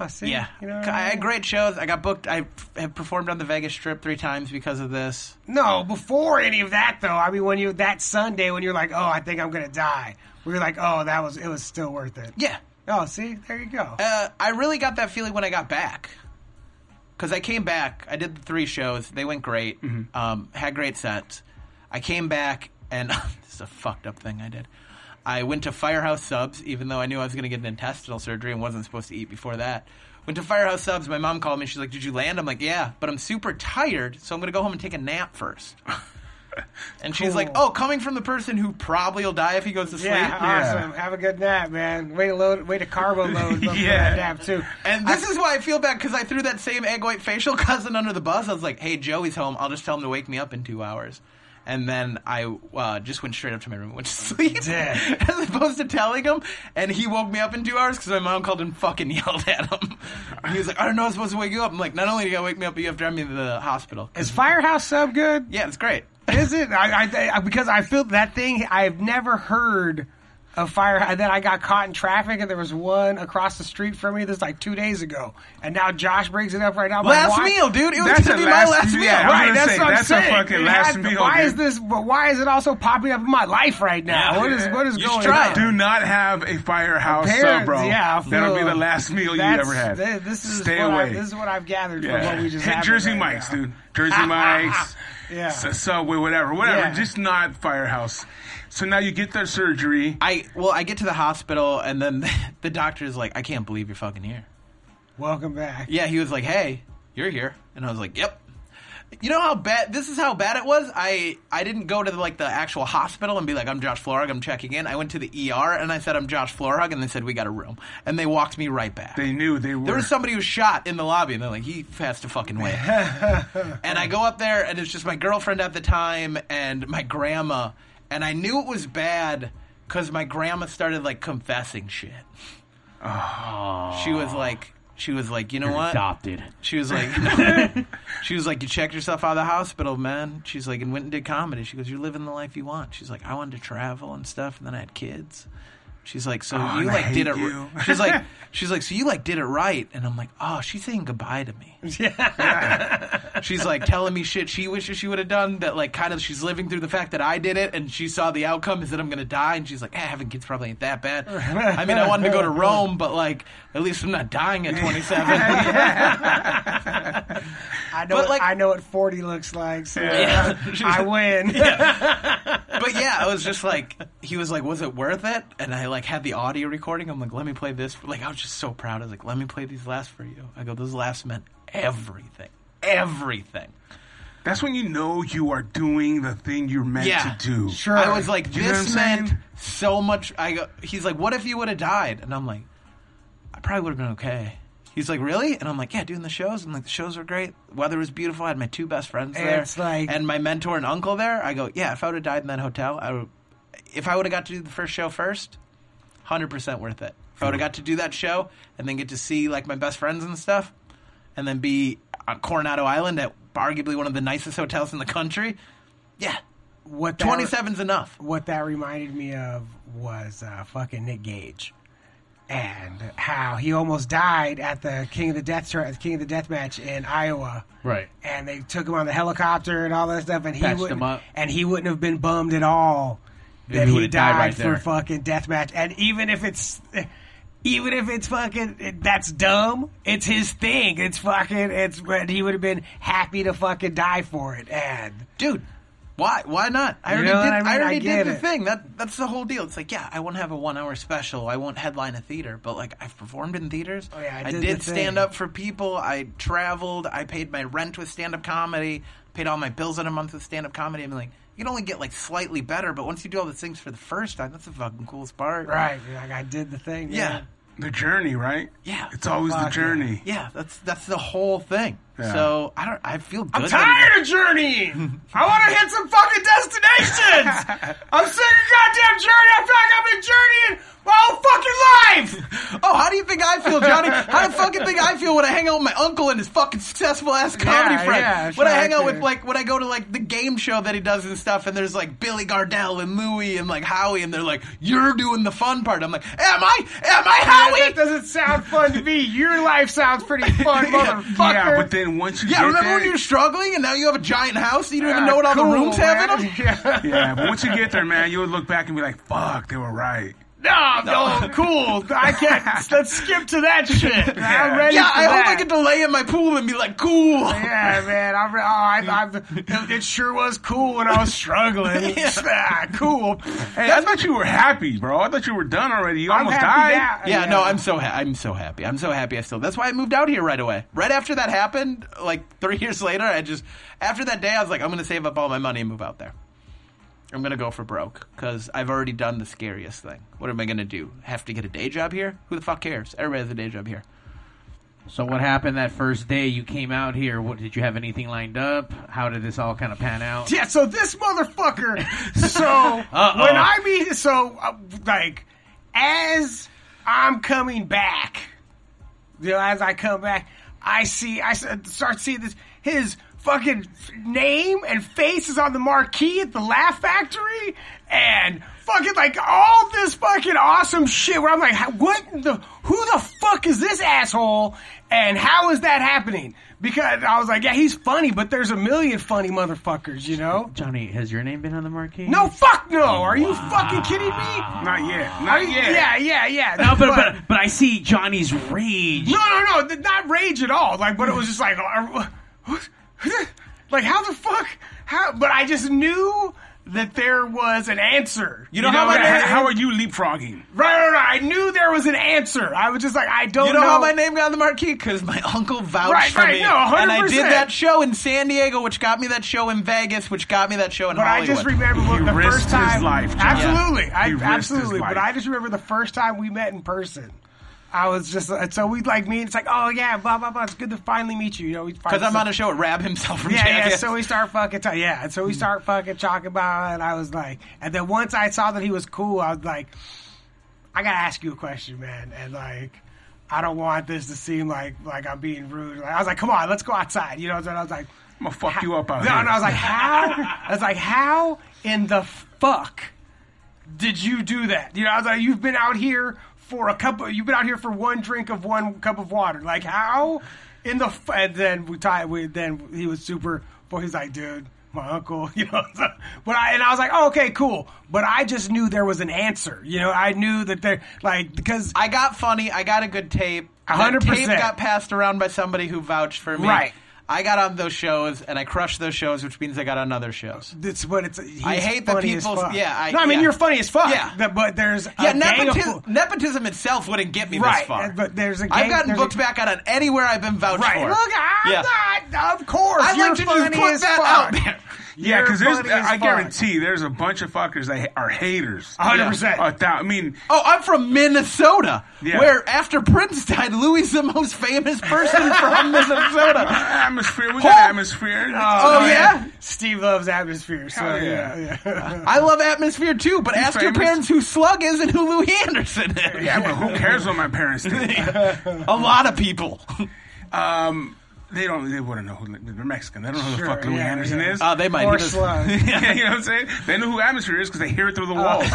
Oh, see, Yeah. You know what I I had mean? great shows. I got booked. I f- have performed on the Vegas Strip three times because of this. No, before any of that though. I mean, when you that Sunday when you're like, "Oh, I think I'm gonna die," we were like, "Oh, that was it was still worth it." Yeah. Oh, see, there you go. Uh, I really got that feeling when I got back. Because I came back. I did the three shows. They went great. Mm-hmm. Um, had great sets. I came back, and this is a fucked up thing I did. I went to Firehouse Subs, even though I knew I was going to get an intestinal surgery and wasn't supposed to eat before that. Went to Firehouse Subs. My mom called me. She's like, Did you land? I'm like, Yeah, but I'm super tired, so I'm going to go home and take a nap first. and she's like, Cool. Oh, coming from the person who probably will die if he goes to sleep. yeah, yeah. awesome. Have a good nap, man. Way to load, way to carbo load yeah. Yeah. that nap too. And this is why I feel bad because I threw that same egg white facial cousin under the bus. I was like, "Hey, Joey's home. I'll just tell him to wake me up in two hours." And then I uh, just went straight up to my room and went to sleep, Damn. as opposed to telling him. And he woke me up in two hours because my mom called and fucking yelled at him. And he was like, "I don't know. I was supposed to wake you up." I'm like, "Not only do you gotta wake me up, but you have to drive me to the hospital." Is Firehouse Sub good? Yeah, it's great. Is it? I, I, I- because I feel that thing. I've never heard of fire. And then I got caught in traffic, and there was one across the street from me. This was like two days ago, and now Josh brings it up right now. I'm like, Last why- meal, dude. It was That's gonna a be last- my last meal. yeah, I was Right, gonna that's say, what I'm that's a saying. fucking It last has- meal, Why dude. is this? But why is it also popping up in my life right now? Yeah. What is what is You going should try on? it. Do not have a firehouse Parents, sub, bro. yeah, I That'll feel- be the last meal you That's- ever had. thi- This is Stay what away. I, this is what I've gathered yeah. from what we just Hit happened Jersey right Mike's, now. dude. Jersey Mike's. Yeah. S- Subway, whatever, whatever. Yeah. Just not firehouse. So now you get their surgery. I well, I get to the hospital, and then the, the doctor's like, "I can't believe you're fucking here." Welcome back. Yeah, he was like, "Hey, you're here," and I was like, "Yep." You know how bad this is. How bad it was. I I didn't go to like the actual hospital and be like, "I'm Josh Florhug. I'm checking in." I went to the ER and I said, "I'm Josh Florhug," and they said, "We got a room," and they walked me right back. They knew they were. there was somebody who was shot in the lobby, and they're like, "He has to fucking wait." and I go up there, and it's just my girlfriend at the time and my grandma, and I knew it was bad because my grandma started like confessing shit. She was like, she was like, you know what? Adopted. She was like, she was like, you checked yourself out of the hospital, man. She's like, and went and did comedy. She goes, you're living the life you want. She's like, I wanted to travel and stuff, and then I had kids. She's like, so you Oh, and I like did hate it. you. She's like, she's like, so you like did it right, and I'm like, oh, she's saying goodbye to me. she's like telling me shit she wishes she would have done. That like kind of she's living through the fact that I did it, and she saw the outcome is that I'm gonna die, and she's like, eh, having kids probably ain't that bad. I mean, I wanted to go to Rome, but like at least I'm not dying at 27. I know. But, what, like- I know what forty looks like. So uh, Yeah. I win. but yeah, I was just like, he was like, was it worth it? And I like had the audio recording. I'm like, let me play this. for-" Like, I was just so proud. I was like, let me play these last for you. I go, those last meant everything, everything. That's when you know you are doing the thing you're meant Yeah. to do. Sure. I was like, You know this what I'm meant saying? so much. I go, he's like, what if you would have died? And I'm like, I probably would have been okay. He's like, really? And I'm like, yeah, doing the shows. I'm like, the shows were great. Weather was beautiful. I had my two best friends And there, it's like- and my mentor and uncle there. I go, yeah. If I would have died in that hotel, I would. If I would have got to do the first show first, hundred percent worth it. If I would have got to do that show and then get to see like my best friends and stuff, and then be on Coronado Island at arguably one of the nicest hotels in the country. Yeah, What that, 27's enough. What that reminded me of was uh, fucking Nick Gage, and how he almost died at the King of the Death tra- King of the Death match in Iowa. Right. And they took him on the helicopter and all that stuff, and he Patched wouldn't, him up. and he wouldn't have been bummed at all he that he, would've died died right for there. fucking death match. And even if it's, even if it's fucking that's dumb, it's his thing. It's fucking it's. But he would have been happy to fucking die for it. And dude. Why? Why not? I You already know what did. I I, mean? I already get did the it. thing. That that's the whole deal. It's like, yeah, I won't have a one-hour special. I won't headline a theater, but like I've performed in theaters. Oh, yeah, I I did did, the stand thing. up for people. I traveled. I paid my rent with stand-up comedy. Paid all my bills in a month with stand-up comedy. I'm like, you can only get like slightly better, but once you do all these things for the first time, that's the fucking coolest part. right, like I did the thing. Yeah. The journey, right? Yeah. It's always the Fuck yeah. journey. Yeah. That's that's the whole thing. Yeah. So I don't. I feel good. I'm that- tired of journeying. I want to hit some fucking destinations. I'm sick of goddamn journey. I feel like I've been journeying my whole fucking life. Oh, how do you think I feel, Johnny? How do you fucking think I feel when I hang out with my uncle and his fucking successful ass comedy Yeah, friend? yeah, it's when I right hang out with there. like when I go to like the game show that he does and stuff, and there's like Billy Gardell and Louie and like Howie, and they're like, "You're doing the fun part." I'm like, "Am I? Am I That Howie?" doesn't sound fun to me. Your life sounds pretty fun, motherfucker. Yeah, but then once you Yeah, get remember there, when you were struggling and now you have a giant house and you don't even know what all the rooms have in them? Yeah. yeah, but once you get there, man, you would look back and be like, "Fuck, they were right." No, no, Oh, cool. I can't. Let's skip to that shit. I'm ready Yeah, for I that. hope I get to lay in my pool and be like, "Cool." Yeah, man. I'm, re- oh, I'm, I'm, it sure was cool when I was struggling. Ah, cool. Hey, I thought you were happy, bro. I thought you were done already. You I'm almost happy died. now. yeah, no, I'm so ha- I'm so happy. I'm so happy. I still. That's why I moved out here right away. Right after that happened, like three years later, I just after that day, I was like, I'm gonna save up all my money and move out there. I'm gonna go for broke because I've already done the scariest thing. What am I gonna do? Have to get a day job here? Who the fuck cares? Everybody has a day job here. So what happened that first day you came out here? What did you have anything lined up? How did this all kind of pan out? Yeah, so this motherfucker. So when I mean, so uh, like, as I'm coming back, you know, as I come back, I see, I s- start seeing this. His fucking name and face is on the marquee at the Laugh Factory, and fucking like all this fucking awesome shit. Where I'm like, how- what the? Who the fuck is this asshole? And how is that happening? Because I was like, yeah, he's funny, but there's a million funny motherfuckers, you know? Johnny, has your name been on the marquee? No, fuck no. Are you fucking kidding me? Not yet. Not yet. Yeah, yeah, yeah. No, but but, but I see Johnny's rage. No, no, no, th- not rage at all. Like, but it was just like, uh, like how the fuck? How? But I just knew that there was an answer. You know how my How- what I name- mean? How are you leapfrogging? Right, right, right. I knew there was an answer. I was just like, I don't You know how my name got on the marquee because my uncle vouched Right, for right, me, no, 100%. and I did that show in San Diego, which got me that show in Vegas, which got me that show in But I Hollywood. just remember He the risked first time. his life, John. absolutely, He risked I, his absolutely. But life. I just remember the first time we met in person. I was just and so we like meet. It's like, oh yeah, blah blah blah. It's good to finally meet you. You know, we because I'm on a show with Rab himself from yeah, yeah. Jackass. So we start fucking talking. Yeah, and so we start fucking talking about. it, And I was like, and then once I saw that he was cool, I was like, I gotta ask you a question, man. And like, I don't want this to seem like like I'm being rude. Like, I was like, come on, let's go outside. You know, and I was like, I'm gonna fuck you up out no, here. and I was like, how? I was like, how in the fuck did you do that? You know, I was like, you've been out here for a cup. Of, you've been out here for one drink of one cup of water. Like how in the? F-? And then we tied. We then he was super. Boy, he's like, dude. My uncle, you know, so- but I and I was like, oh, okay, cool. But I just knew there was an answer, you know. I knew that there, like, because I got funny. I got a good tape. That 100%. Tape got passed around by somebody who vouched for me. Right. I got on those shows and I crushed those shows, which means I got on other shows. that's what it's. he's I hate the funny as people's- fuck. yeah, I- no, I mean yeah. you're funny as fuck. Yeah. Yeah, but there's Yeah, a gang of nepotism, fo- nepotism itself wouldn't get me Right, this far. but there's a gang- I've gotten there's booked a- back out on anywhere I've been vouched Right. for. Look, I'm Yeah. not. Of course, I'd you're like to just funny put as that fuck. out there. Yeah, You're because there's, funny as I fuck. guarantee there's a bunch of fuckers that are haters. 100%. A thou- I mean, Oh, I'm from Minnesota, Yeah. where after Prince died, Louis the most famous person from Minnesota. atmosphere. We got atmosphere. Oh, yeah? Steve loves atmosphere. So Hell yeah, yeah. yeah. I love Atmosphere too, but ask your famous. parents who Slug is and who Louis Anderson is. Yeah, but who cares what my parents think? A lot of people. Um, They don't. They wouldn't know who. They're Mexican. They don't know who Sure, the fuck Louis yeah, Anderson yeah. is. Oh, they might. Or He was- slug. yeah, you know what I'm saying? They know who Atmosphere is because they hear it Oh. through the walls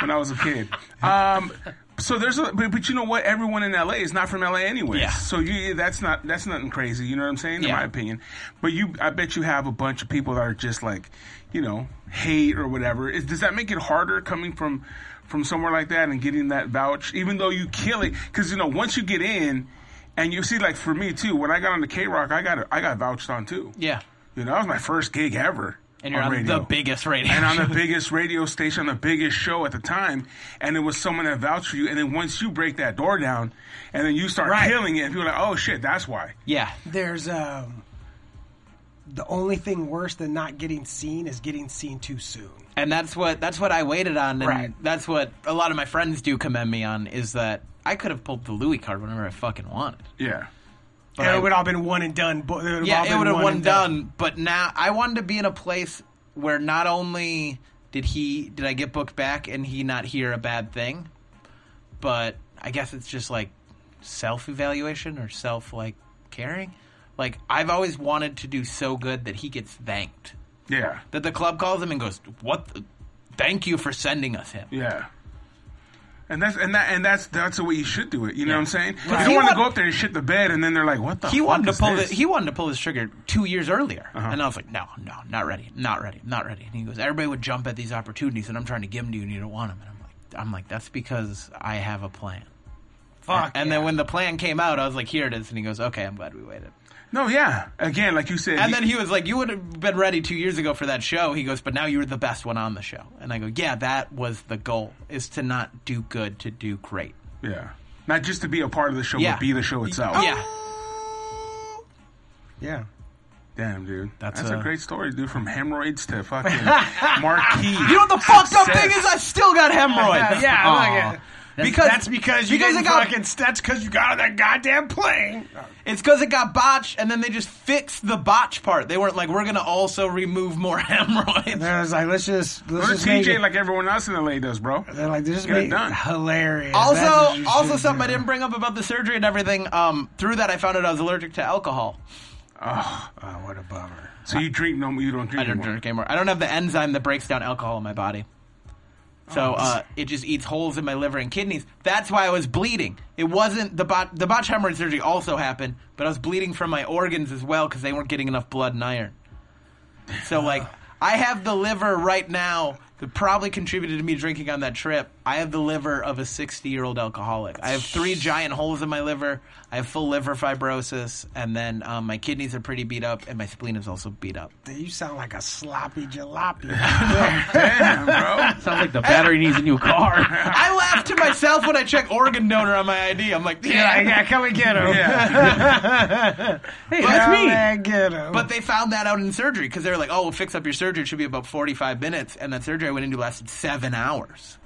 when I was a kid. Um, so there's a, but, but you know what? Everyone in LA is not from LA anyway. Yeah. So you, that's not, that's nothing crazy. You know what I'm saying? In Yeah. my opinion. But you, I bet you have a bunch of people that are just like, you know, hate or whatever. Is, does that make it harder coming from, from somewhere like that and getting that vouch, even though you kill it? Cause you know, once you get in, and you see, like for me too, when I got on the K Rock, I got a, I got vouched on too. yeah. You know, that was my first gig ever. And you're on, radio. the biggest radio. And on the biggest radio station, the biggest show at the time, and it was someone that vouched for you. And then once you break that door down, and then you start Right. killing it, and people are like, "Oh shit, that's why." yeah. There's um, the only thing worse than not getting seen is getting seen too soon. and that's what that's what I waited on, and Right. that's what a lot of my friends do commend me on is that I could have pulled the Louis card whenever I fucking wanted. Yeah, But And I- it would all been one and done. But it yeah, all it been would have one one and done. But now I wanted to be in a place where not only did he did I get booked back and he not hear a bad thing, but I guess it's just like self evaluation or self like caring. Like I've always wanted to do so good that he gets thanked. yeah, That the club calls him and goes, "What? The- thank you for sending us him." yeah. And that's and that and that's that's the way you should do it. You know what I'm saying? You Right. don't He want to wa- go up there and shit the bed, and then they're like, "What the?" he fuck wanted to Uh-huh. is pull this? the, he wanted to pull this trigger two years earlier, and I was like, no, no, not ready, not ready, not ready. And he goes, everybody would jump at these opportunities, and I'm trying to give them to you, and you don't want them. And I'm like, I'm like, that's because I have a plan. done. Fuck. And yeah. then when the plan came out, I was like, here it is, and he goes, okay, I'm glad we waited. no, yeah. Again, like you said, And he- then he was like, you would have been ready two years ago for that show. He goes, but now you were the best one on the show. And I go, yeah, that was the goal: is to not do good, to do great. yeah, not just to be a part of the show, Yeah. but be the show itself. Yeah. yeah. Damn, dude. That's That's, a, a- great story, dude. From hemorrhoids to fucking marquee. You know what the fucked up Success. thing is? I still got hemorrhoids. yeah, I'm not Aw. gonna- That's- because that's because you because didn't it got- fucking. That's because you got on that goddamn plane. It's because it got botched, and then they just fixed the botch part. They weren't like, we're going to also remove more hemorrhoids. I was like, let's just let's Go to just make TJ it- like everyone else in LA does, bro. They're like, this is Oh. Get it being done. hilarious. That's what Also, you also should something I do. didn't bring up about the surgery and everything. Um, through that, I found out I was allergic to alcohol. Oh, what a bummer. So you drink no, you don't drink. I don't anymore. drink anymore. I don't have the enzyme that breaks down alcohol in my body. Oh. So uh, it just eats holes in my liver and kidneys. That's why I was bleeding. It wasn't the bot. The botch hemorrhoid surgery also happened, but I was bleeding from my organs as well because they weren't getting enough blood and iron. So like, I have the liver right now that probably contributed to me drinking on that trip. I have the liver of a sixty-year-old alcoholic. I have three giant holes in my liver. I have full liver fibrosis, and then um, my kidneys are pretty beat up, and my spleen is also beat up. You sound like a sloppy jalopy. Damn, bro. Sounds like the battery needs a new car. I laugh to myself when I check organ donor on my ID. I'm like, yeah. come and get him. Yeah, hey, that's me. and get him. But they found that out in surgery because they were like, oh, we'll fix up your surgery. It should be about 45 minutes. And that surgery I went into lasted seven hours.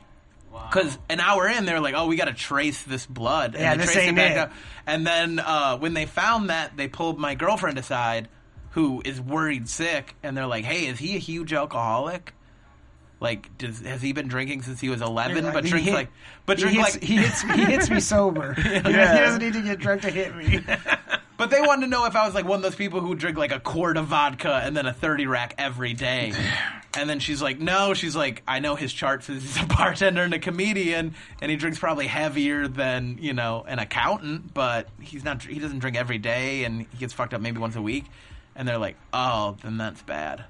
Because an hour in, they were like, oh, we got to trace this blood. And Yeah, they this traced ain't it. up. And then uh, when they found that, they pulled my girlfriend aside, who is worried sick. And they're like, hey, is he a huge alcoholic? Like, does, has he been drinking since he was 11? Like, but he drinks hit- like, but he hits, drinks like, he hits he hits me sober. He doesn't- He doesn't need to get drunk to hit me. But they wanted to know if I was like one of those people who drink like a quart of vodka and then a 30 rack every day. And then she's like, no, she's like, I know his chart says he's a bartender and a comedian, and he drinks probably heavier than, you know, an accountant, but he's not, he doesn't drink every day and he gets fucked up maybe once a week. And they're like, oh, then that's bad.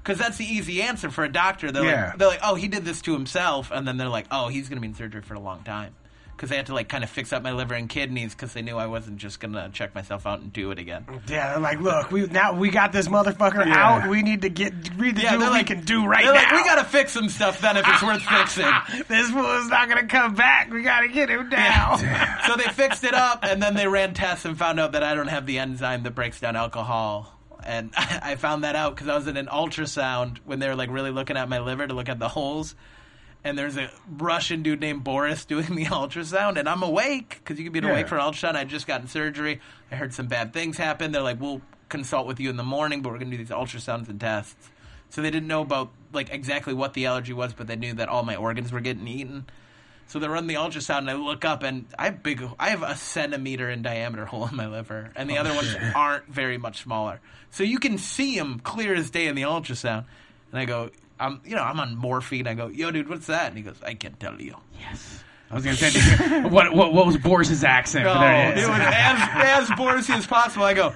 Because that's the easy answer for a doctor. They're, Yeah. like, they're like, oh, he did this to himself. And then they're like, oh, he's going to be in surgery for a long time. Because they had to like kind of fix up my liver and kidneys because they knew I wasn't just going to check myself out and do it again. yeah, they're like, look, we now we got this motherfucker Yeah. out. We need to get we need to do what we can do right they're now. like, we got to fix some stuff then if it's worth fixing. this fool is not gonna come back. We gotta get him down. So they fixed it up, and then they ran tests and found out that I don't have the enzyme that breaks down alcohol. And I found that out because I was in an ultrasound when they were like really looking at my liver to look at the holes. And there's a Russian dude named Boris doing the ultrasound, and I'm awake because you can be awake for an ultrasound. I just gotten surgery. I heard some bad things happen. They're like, we'll consult with you in the morning, but we're gonna do these ultrasounds and tests. So they didn't know about like exactly what the allergy was, but they knew that all my organs were getting eaten. So they run the ultrasound, and I look up, and I have big. I have a centimeter in diameter hole in my liver, and the other ones aren't very much smaller. So you can see them clear as day in the ultrasound. And I go, I'm, you know, I'm on morphine. I go, yo, dude, what's that? And he goes, I can't tell you. I was gonna say, did you- what, what what was Boris's accent? No, But there it is. Oh, it was as as Borisy as possible. I go.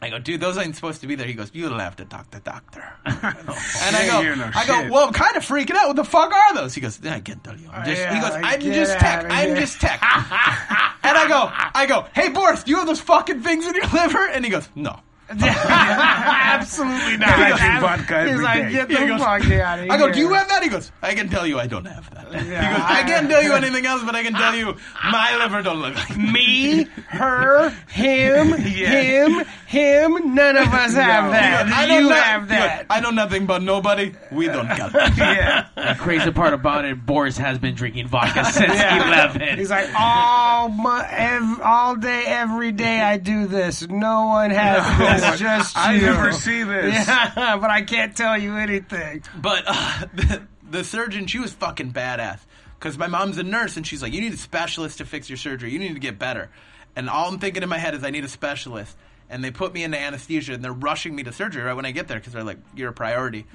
I go, dude, those ain't supposed to be there. He goes, you'll have to talk to doctor. Oh, and I Yeah, go, no I go, shit. well, I'm kind of freaking out. What the fuck are those? He goes, I can't tell you. I'm just, Yeah, he goes, like, I'm get just tech. outta I'm here. just tech. and I go, I go, hey, Boris, do you have those fucking things in your liver? And he goes, no. Absolutely not. I drink vodka He's every like, day. get the He goes- fuck out of here. I go, do you have that? He goes, I can tell you I don't have that. He goes, I can't tell you anything else, but I can tell you my liver don't look like me, her, him, him, him? None of us have that. I you know not- have he goes, that. I know nothing but nobody. We don't count. that. Yeah. The crazy part about it, Boris has been drinking vodka since eleven. He's like all my, ev- all day, every day. I do this. No one has this. Just you. I never see this. Yeah, but I can't tell you anything. But uh, the, the surgeon, she was fucking badass. Because my mom's a nurse, and she's like, you need a specialist to fix your surgery. You need to get better. And all I'm thinking in my head is, I need a specialist. And they put me into anesthesia, and they're rushing me to surgery right when I get there because they're like, you're a priority.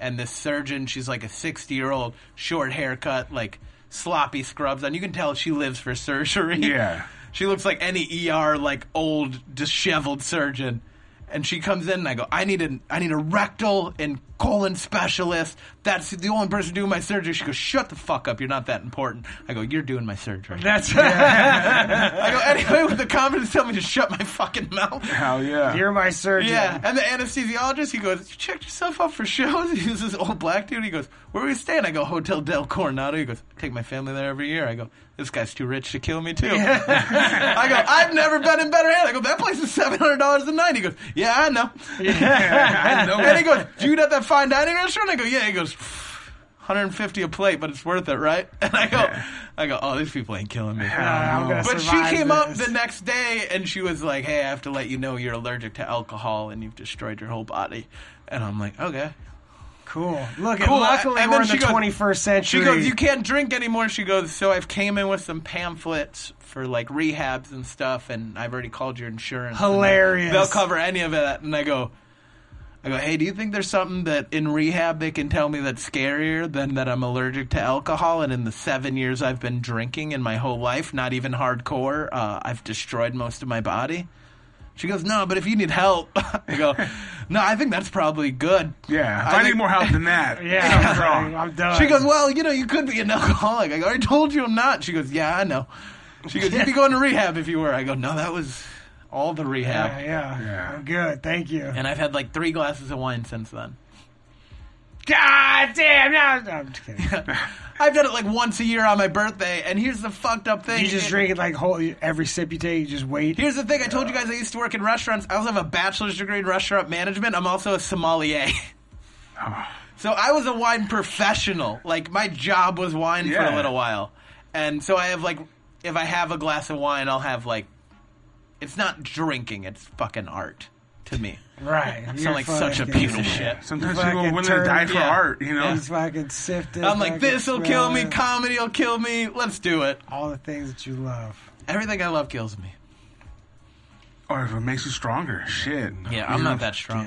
And this surgeon, she's like a 60 year old, short haircut, like sloppy scrubs on. You can tell she lives for surgery. Yeah. She looks like any ER like old disheveled surgeon. And she comes in and I go, I need an I need a rectal and colon specialist. That's the only person doing my surgery. She goes, Shut the fuck up, you're not that important. I go, You're doing my surgery. That's I go, anyway, with the confidence tell me to shut my fucking mouth. Hell yeah. you're my surgeon. Yeah, and the anesthesiologist, he goes, You checked yourself out for shows? He was this old black dude. He goes, Where are we staying? I go, Hotel Del Coronado. He goes, I take my family there every year. I go, This guy's too rich to kill me, too. I go, I've never been in better hands. I go, That place is $700 a night. He goes, Yeah, I know. I know. And he goes, Do you eat at that fine dining restaurant? I go, Yeah. He goes, 150 a plate, but it's worth it, right? And I go, I go, oh, these people ain't killing me. Uh, I'm gonna But she survive came up this. the next day and she was like, "Hey, I have to let you know you're allergic to alcohol and you've destroyed your whole body." And I'm like, "Okay." Cool. Look, Cool. luckily And we're then in she the goes- 21st century. She goes, "You can't drink anymore." She goes, "So I've came in with some pamphlets for like rehabs and stuff, and I've already called your insurance. and Hilarious. They'll cover any of it." And I go. I go, hey, do you think there's something that in rehab they can tell me that's scarier than that I'm allergic to alcohol? And in the seven years I've been drinking in my whole life, not even hardcore, uh, I've destroyed most of my body? She goes, no, but if you need help. I go, no, I think that's probably good. Yeah. If I I, think- need more help than that. Yeah, something's I'm, wrong. I'm done. She goes, well, you know, you could be an alcoholic. I go, I told you I'm not. She goes, yeah, I know. She goes, you'd be going to rehab if you were. I go, no, that was all the rehab. yeah, yeah, Yeah. I'm good. Thank you. And I've had like three glasses of wine since then. God damn! No, no, I'm just kidding. I've done it like once a year on my birthday. And here's the fucked up thing. You just It- drink it like whole every sip you take. You just wait. Here's the thing. I told you guys I used to work in restaurants. I also have a bachelor's degree in restaurant management. I'm also a sommelier. so I was a wine professional. Like my job was wine for a Yeah. little while. And so I have like, if I have a glass of wine, I'll have like, it's not drinking. It's fucking art to me. Right. I You're sound like such a fucking- piece of shit. Sometimes Fucking people are willing to die turd. for Yeah. art, you know? Yeah. He's fucking sifted. I'm like, fucking this will kill me. smelling Comedy will kill me. Let's do it. All the things that you love. Everything I love kills me. Or if it makes you stronger. Shit. Yeah, I'm not that strong.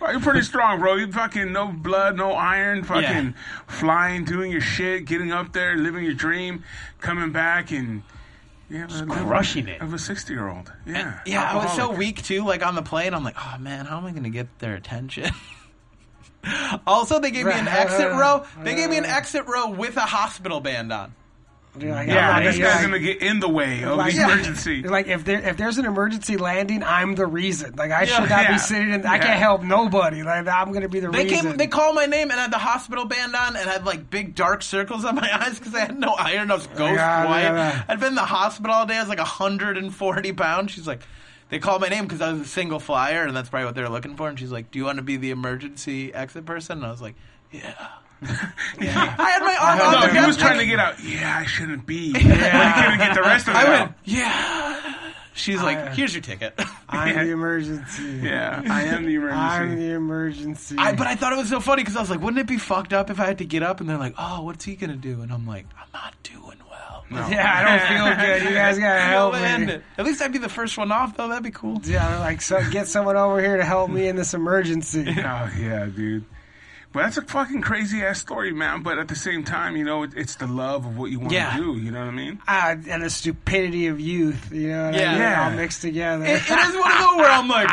Well, You're pretty strong, bro. You fucking no blood, no iron, fucking flying, doing your shit, getting up there, living your dream, coming back and yeah, crushing it. of a sixty year old. Yeah, Yeah, I was so Alcoholic. weak too. Like on the plane, I'm like, oh man, how am I going to get their attention? also, they gave me an exit row. They gave me an exit row with a hospital band on. You're like, "Oh, Yeah, I'm not this gonna- guy's you're gonna like- get in the way of Like- the Yeah. emergency. you're like if there if there's an emergency landing, I'm the reason. Like I should not Yeah. be sitting in. I can't Yeah. help nobody. Like I'm gonna be the They reason. came. They called my name and had the hospital band on and had like big dark circles on my eyes because I had no iron. I was ghost yeah, white. yeah. I'd been in the hospital all day. I was like 140 pounds. She's like, they called my name because I was a single flyer and that's probably what they were looking for. And she's like, do you want to be the emergency exit person? And I was like, yeah. yeah. I had my arm no, on the he gas was trying to tank. get out. Yeah, I shouldn't be. Yeah. But he couldn't get the rest of it I out. went, yeah. She's like, here's your ticket. I'm the emergency. Yeah, I am the I'm emergency. the emergency. I, but I thought it was so funny because I was like, wouldn't it be fucked up if I had to get up and they're like, oh, what's he gonna do? And I'm like, I'm not doing well. No. yeah, I don't feel good. You guys gotta help Well, end me. it. At least I'd be the first one off though. That'd be cool. Yeah, like so, get someone over here to help me in this emergency. Oh yeah, dude. But that's a fucking crazy ass story, man. But at the same time, you know, it, it's the love of what you want to Yeah. do. You know what I mean? Ah, and the stupidity of youth, you know, what I Yeah. mean? Yeah. all mixed together. It, it is one of those where I'm like,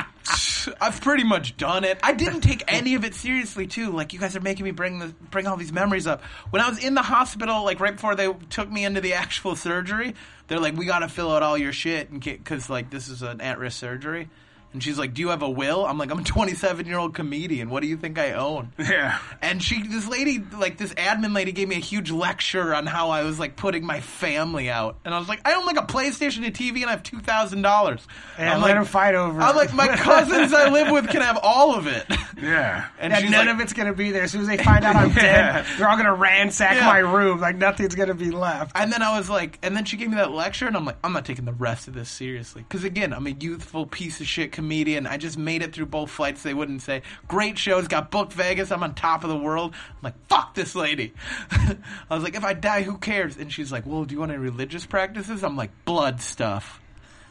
I've pretty much done it. I didn't take any of it seriously, too. Like you guys are making me bring the, bring all these memories up. When I was in the hospital, like right before they took me into the actual surgery, they're like, "We got to fill out all your shit," and because like this is an at risk surgery. And she's like, "Do you have a will?" I'm like, "I'm a 27 year old comedian. What do you think I own?" Yeah. And she, this lady, like this admin lady, gave me a huge lecture on how I was like putting my family out, and I was like, I own like a PlayStation, a TV, and I have two thousand dollars. Yeah, let 'em fight over it. I'm like, my cousins I live with can have all of it, Yeah. and and she's none like, of it's gonna be there. As soon as they find out I'm Yeah. dead, they're all gonna ransack Yeah. my room. Like nothing's gonna be left. And then I was like, and then she gave me that lecture, and I'm like, I'm not taking the rest of this seriously. Because again, I'm a youthful piece of shit comedian. I just made it through both flights. They wouldn't say great shows, got booked Vegas. I'm on top of the world. I'm like, fuck this lady. I was like, if I die, who cares? And she's like, well, do you want any religious practices? I'm like, blood stuff.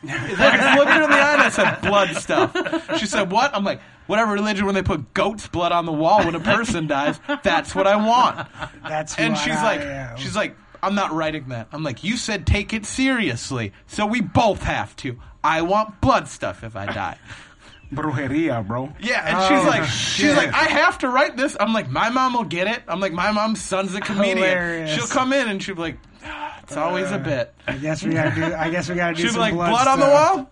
I just looked her in the eye and I said, blood stuff. She said, what? I'm like, whatever religion, when they put goat's blood on the wall when a person dies, that's what I want That's who and I she's like, am. she's like, I'm not writing that. I'm like, you said take it seriously, so we both have to. I want blood stuff if I die. Brujeria, bro. Yeah, and she's Oh, like, she's shit. like, I have to write this. I'm like, my mom will get it. I'm like, my mom's son's a comedian. Hilarious. Uh, She'll come in and she'll be like, "Ah, it's always a bit. I guess we gotta do. I guess we gotta do She'll be some like, blood, blood, on the stuff. wall.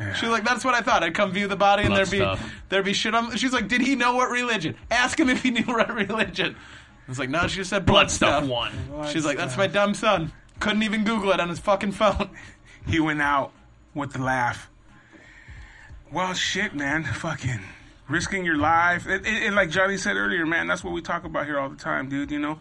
Yeah. She's like, that's what I thought. I'd come view the body and Blood there'd be stuff. there'd be shit on. She's like, did he know what religion? Ask him if he knew what religion. I was like, no, she just said blood, Blood stuff one. She's like, that's my dumb son. Couldn't even Google it on his fucking phone. He went out with the laugh. Well, shit, man. Fucking risking your life. It, it, it, like Johnny said earlier, man, that's what we talk about here all the time, dude. You know,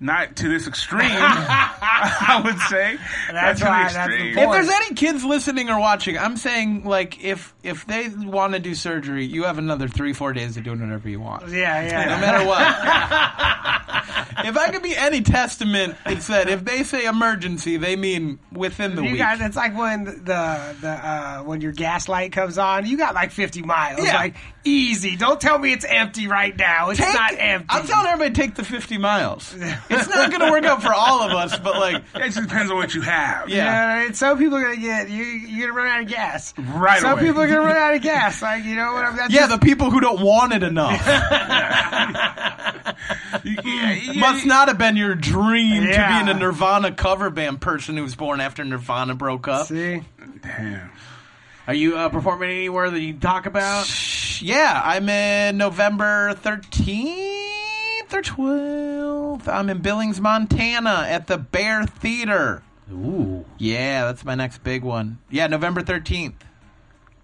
not to this extreme, I would say. That's Not to why- that's the the extreme. point. If there's any kids listening or watching, I'm saying like if if they want to do surgery, you have another three four days of doing whatever you want. Yeah, No yeah. matter what. if I could be any testament, it's that if they say emergency, they mean within the You week. guys, it's like when the the uh, when your gaslight comes on. You got like 50 miles. Yeah. Like easy. Don't tell me it's empty right now. It's Take- not empty. I'm telling everybody take the 50 miles. It's not going to work out for all of us, but like, It just depends on what you have. Yeah. You know, and some people are gonna get you. You're gonna run out of gas. Right Some away. people are gonna run out of gas. Like you know what I'm. That's yeah, just- the people who don't want it enough You- yeah, yeah, Mm. must not have been your dream Yeah. to be in a Nirvana cover band person who was born after Nirvana broke up. See, Damn. Are you uh, performing anywhere that you can talk about? Yeah, I'm in November 13th or 12th. I'm in Billings, Montana at the Bear Theater. Ooh. Yeah, that's my next big one. Yeah, November 13th.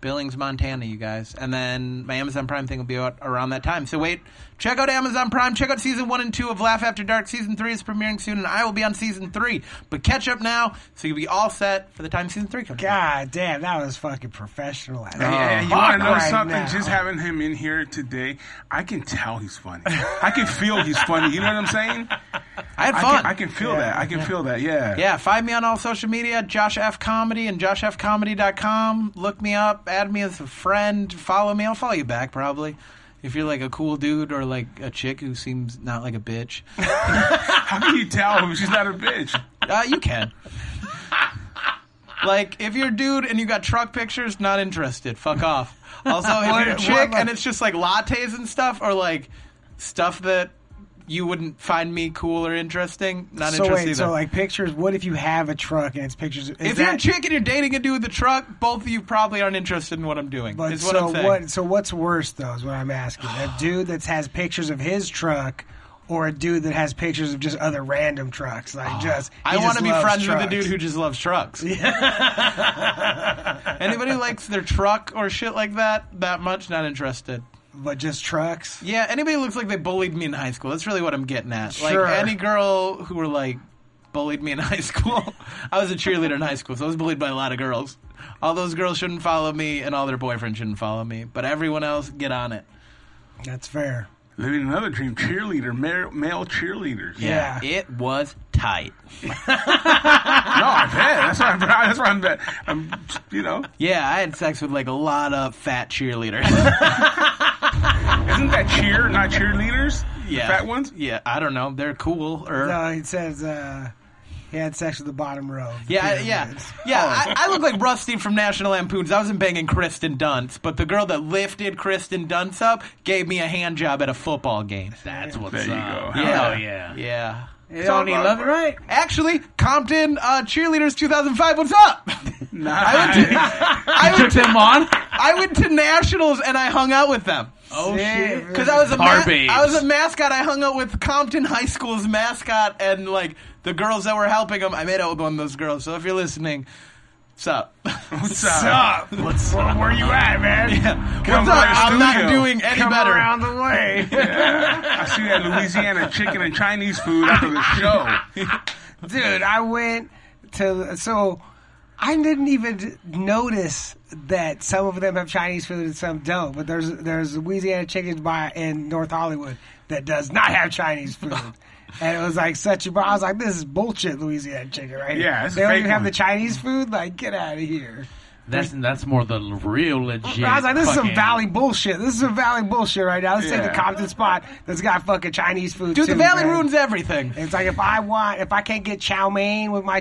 Billings, Montana, you guys. And then my Amazon Prime thing will be out around that time. So wait, check out Amazon Prime. Check out season one and two of Laugh After Dark. Season three is premiering soon, and I will be on season three. But catch up now so you'll be all set for the time season three comes. out. God damn, that was fucking professional. As Yeah, you fuck want to know right something? now. Just having him in here today, I can tell he's funny. I can feel he's funny. You know what I'm saying? I had I fun. can, I can feel that. I can feel that. Yeah. Yeah, find me on all social media, Josh F. Comedy and joshfcomedy.com. Look me up, add me as a friend, follow me. I'll follow you back probably. If you're like a cool dude or like a chick who seems not like a bitch, How can you tell she's not a bitch? uh, you can. like, if you're a dude and you got truck pictures, not interested. Fuck off. Also, if you're a What- chick what- and it's just like lattes and stuff or like stuff that you wouldn't find me cool or interesting, not So interested wait, either. so like pictures. What if you have a truck and it's pictures? Is If that, you're a chick and you're dating a dude with a truck, both of you probably aren't interested in what I'm doing. but is what so I'm saying. what? So what's worse though? Is what I'm asking. A dude that has pictures of his truck. Or a dude that has pictures of just other random trucks, like just. he Ah, I just want to be loves friends trucks. with a dude who just loves trucks. Anybody who likes their truck or shit like that that much, not interested. but just trucks. Yeah, anybody who looks like they bullied me in high school. That's really what I'm getting at. Like Sure. any girl who were like bullied me in high school. I was a cheerleader in high school, so I was bullied by a lot of girls. All those girls shouldn't follow me, and all their boyfriends shouldn't follow me. But everyone else, get on it. That's fair. Living another dream, cheerleader, male, male cheerleaders. Yeah. It was tight. No, I bet. That's why. I'm, that's why I'm. bet- I'm. You know, Yeah, I had sex with like a lot of fat cheerleaders. isn't that cheer, not cheerleaders? yeah. the fat ones. Yeah, I don't know. They're cool. er. Or No, he says uh, he had sex with the bottom row. of the Yeah, I- pyramid. yeah, yeah. I, I look like Rusty from National Lampoons. I wasn't banging Kristen Dunst, but the girl that lifted Kristen Dunst up gave me a hand job at a football game. That's what's There you up. go. Hell Yeah. yeah. Yeah. It's only love, right? Actually, Compton uh, Cheerleaders 2005. What's up? I went to, I Took went to, them on. I went to nationals and I hung out with them. Oh Yeah. shit. Because I was a ma- Tar babes. I was a mascot. I hung out with Compton High School's mascot and like the girls that were helping him. I made out with one of those girls. So if you're listening, what's up? What's up? What's up? Where you at, man? What's by up? the I'm not studio. doing any better. the way. I see that Louisiana chicken and Chinese food after the show. dude i went to so i didn't even notice that some of them have chinese food and some don't but there's there's louisiana chickens by in north hollywood that does not have chinese food and it was like such a i was like this is bullshit louisiana chicken right Yeah, it's they don't fake even have one. the chinese food like get out of here That's that's more the real legit. I was like, this is some fucking- valley bullshit. This is some valley bullshit right now. Let's take Yeah. the Compton spot that's got fucking Chinese food. Dude, the too, Valley man. ruins everything. It's like if I want, if I can't get chow mein with my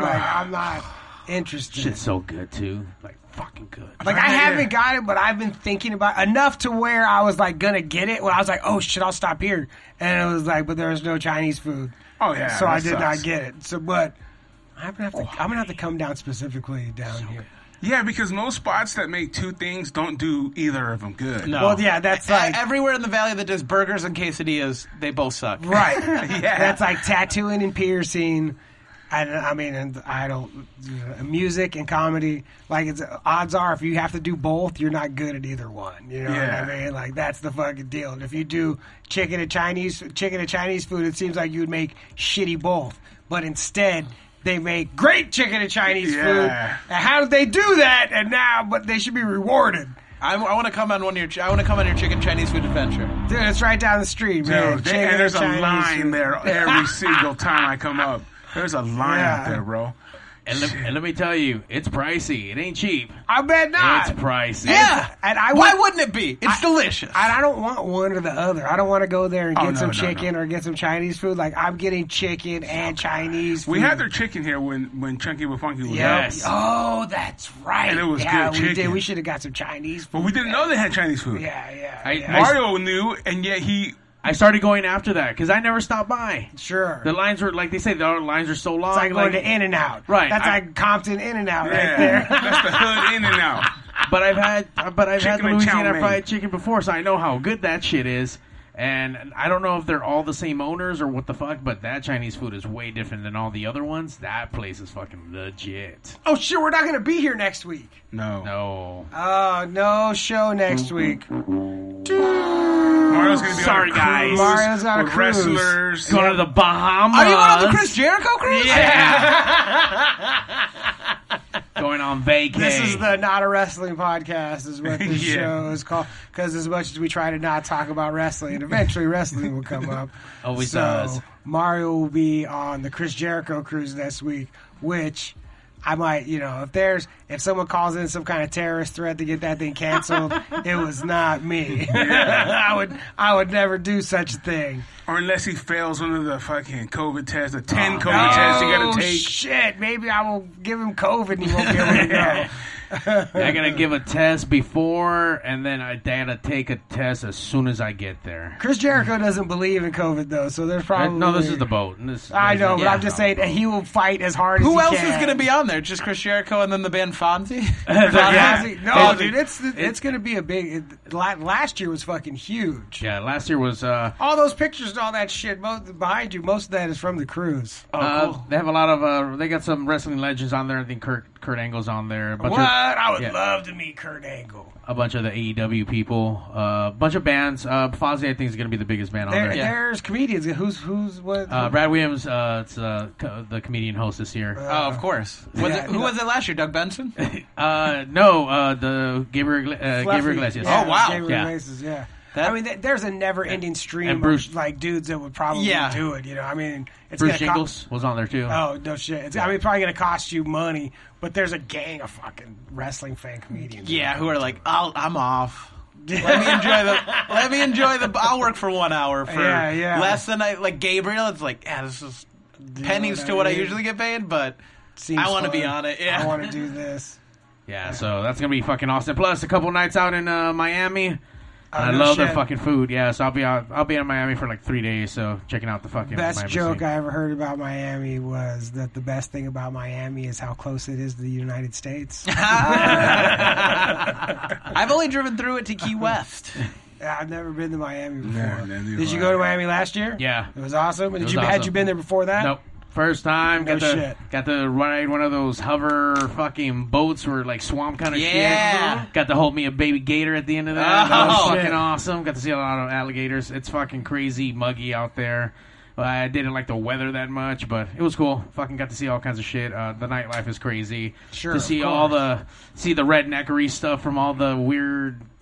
like I'm not interested. Shit's so good too. Like fucking good. Like I Right there. haven't got it, but I've been thinking about enough to where I was like gonna get it. When I was like, oh shit, I'll stop here, and it was like, but there was no Chinese food. Oh, yeah, so that I did sucks. Oh, not get it. So, but I'm gonna have to, I'm gonna have to come down specifically down here. Yeah, because most spots that make two things don't do either of them good. No. Well, yeah, that's E-, I- like everywhere in the Valley that does burgers and quesadillas, they both suck. right. Yeah. that's like tattooing and piercing. I, don't- I mean, and I don't music and comedy. Like, it's odds are if you have to do both, you're not good at either one. You know Yeah. what I mean? Like, that's the fucking deal. And if you do chicken and Chinese chicken and Chinese food, it seems like you would make shitty both. But instead, they make great chicken and Chinese food. Yeah. And how did they do that? And now, but they should be rewarded. I, I want to come on one of your. ch- I want to come on your chicken Chinese food adventure. Dude, it's right down the street, man. Dude, they- Chicken and there's a Chinese line food. there every single time I come up. There's a line out Yeah. there, bro. And, let, and let me tell you, it's pricey. It ain't cheap. I bet not. It's pricey. Yeah, and I Why would- wouldn't it be? It's delicious. And I don't want one or the other. I don't want to go there and Oh, get no, some no, chicken no. or get some Chinese food. Like I'm getting chicken and Chinese. Food. We had their chicken here when when Chunky with Funky was Yep. out. Yes. Oh, that's right. And it was yeah, good we did. chicken. We should have got some Chinese food. But we didn't know they had Chinese food. Yeah, yeah. I- yeah. I- Mario knew, and yet he. I started going after that because I never stopped by. sure. The lines were like they say the lines are so long. it's like going like- to In and Out. Right, That's I- like Compton In and Out Yeah, right there. that's the hood in and out. But I've had, uh, but I've Chicken had and chow Louisiana mein. fried chicken before, so I know how good that shit is. And I don't know if they're all the same owners or what the fuck, but that Chinese food is way different than all the other ones. That place is fucking legit. oh, sure. We're not going to be here next week. No. No, Oh, no show next week. Mario's going to be Sorry, on a cruise guys. Mario's on a with cruise. wrestlers. going to the Bahamas. Are you going on the Chris Jericho cruise? Yeah. going on vacation. This is the not a wrestling podcast, is what this Yeah. show is called. Because as much as we try to not talk about wrestling, eventually wrestling will come up. Always so does. Mario will be on the Chris Jericho cruise next week, which I might, you know, if there's if someone calls in some kind of terrorist threat to get that thing canceled, it was not me. I would I would never do such a thing. Or unless he fails one of the fucking COVID tests, the 10 COVID tests you Oh got to take. shit! Maybe I will give him COVID and he won't be able to know. I gotta give a test before, and then I gotta take a test as soon as I get there. Chris Jericho doesn't believe in COVID though, so there's Uh, probably No, this is the boat. and This, I this know, is- but I'm just saying that he will fight as hard as Who he else can. is going to be on there? Just Chris Jericho and then the band Fonzie? Yeah. Honestly, No, It's- dude, it's it's, going to be a big. It, la- last year was fucking huge. Yeah, last year was. Uh, All those pictures and all that shit most, behind you, most of that is from the cruise. Oh, uh, They have a lot of. Uh, they got some wrestling legends on there. I think Kurt Kurt Angle's on there. A bunch What? Of, I would yeah. love to meet Kurt Angle. a bunch of the AEW people, a uh, bunch of bands. Uh, Fozzy, I think, is going to be the biggest band on There, there. There's comedians. Who's who's what? Uh, Brad Williams, uh, it's uh, co- the comedian host this year. Oh, of course. Was Yeah. it, who was it last year? Doug Benson? Uh, no, uh, the Gabriel, Igl- uh, Fluffy. Gabriel Iglesias. Yeah, Oh, wow. Gabriel Yeah. Iglesias, yeah. That- I mean, th- there's a never-ending stream And Bruce- of like dudes that would probably Yeah. do it. You know, I mean, it's Bruce gonna co- Jingles was on there too. Oh no shit! It's, I mean, probably gonna cost you money, but there's a gang of fucking wrestling fan comedians. yeah, who are like, I'll, I'm off. let me enjoy the. Let me enjoy the. I'll work for one hour for Yeah, yeah. less than I like. Gabriel, it's like, yeah, this is you know pennies what to I what I mean? usually get paid, but Seems I wanna fun. be on it, yeah. I want to do this. Yeah, so that's gonna be fucking awesome. Plus, a couple nights out in uh, Miami. And I Oh, no love their shit. fucking food. Yeah, so I'll be out. I'll be in Miami for like three days. So checking out the fucking Best Miami joke scene. I ever heard about Miami was that the best thing about Miami is how close it is to the United States. I've only driven through it to Key West. I've never been to Miami before. Yeah, neither Did have you go to I. Miami last year? Yeah. it was awesome. Did was you had awesome. you been there before that? Nope. First time, No got the shit. got the ride one of those hover fucking boats where like swamp kind of Yeah. shit. Got to hold me a baby gator at the end of that. that was Oh, fucking shit. awesome. Got to see a lot of alligators. It's fucking crazy muggy out there. Uh, I didn't like the weather that much, but it was cool. Fucking got to see all kinds of shit. Uh, the nightlife is crazy. Sure, To of see course. all the see the redneckery stuff from all the weird.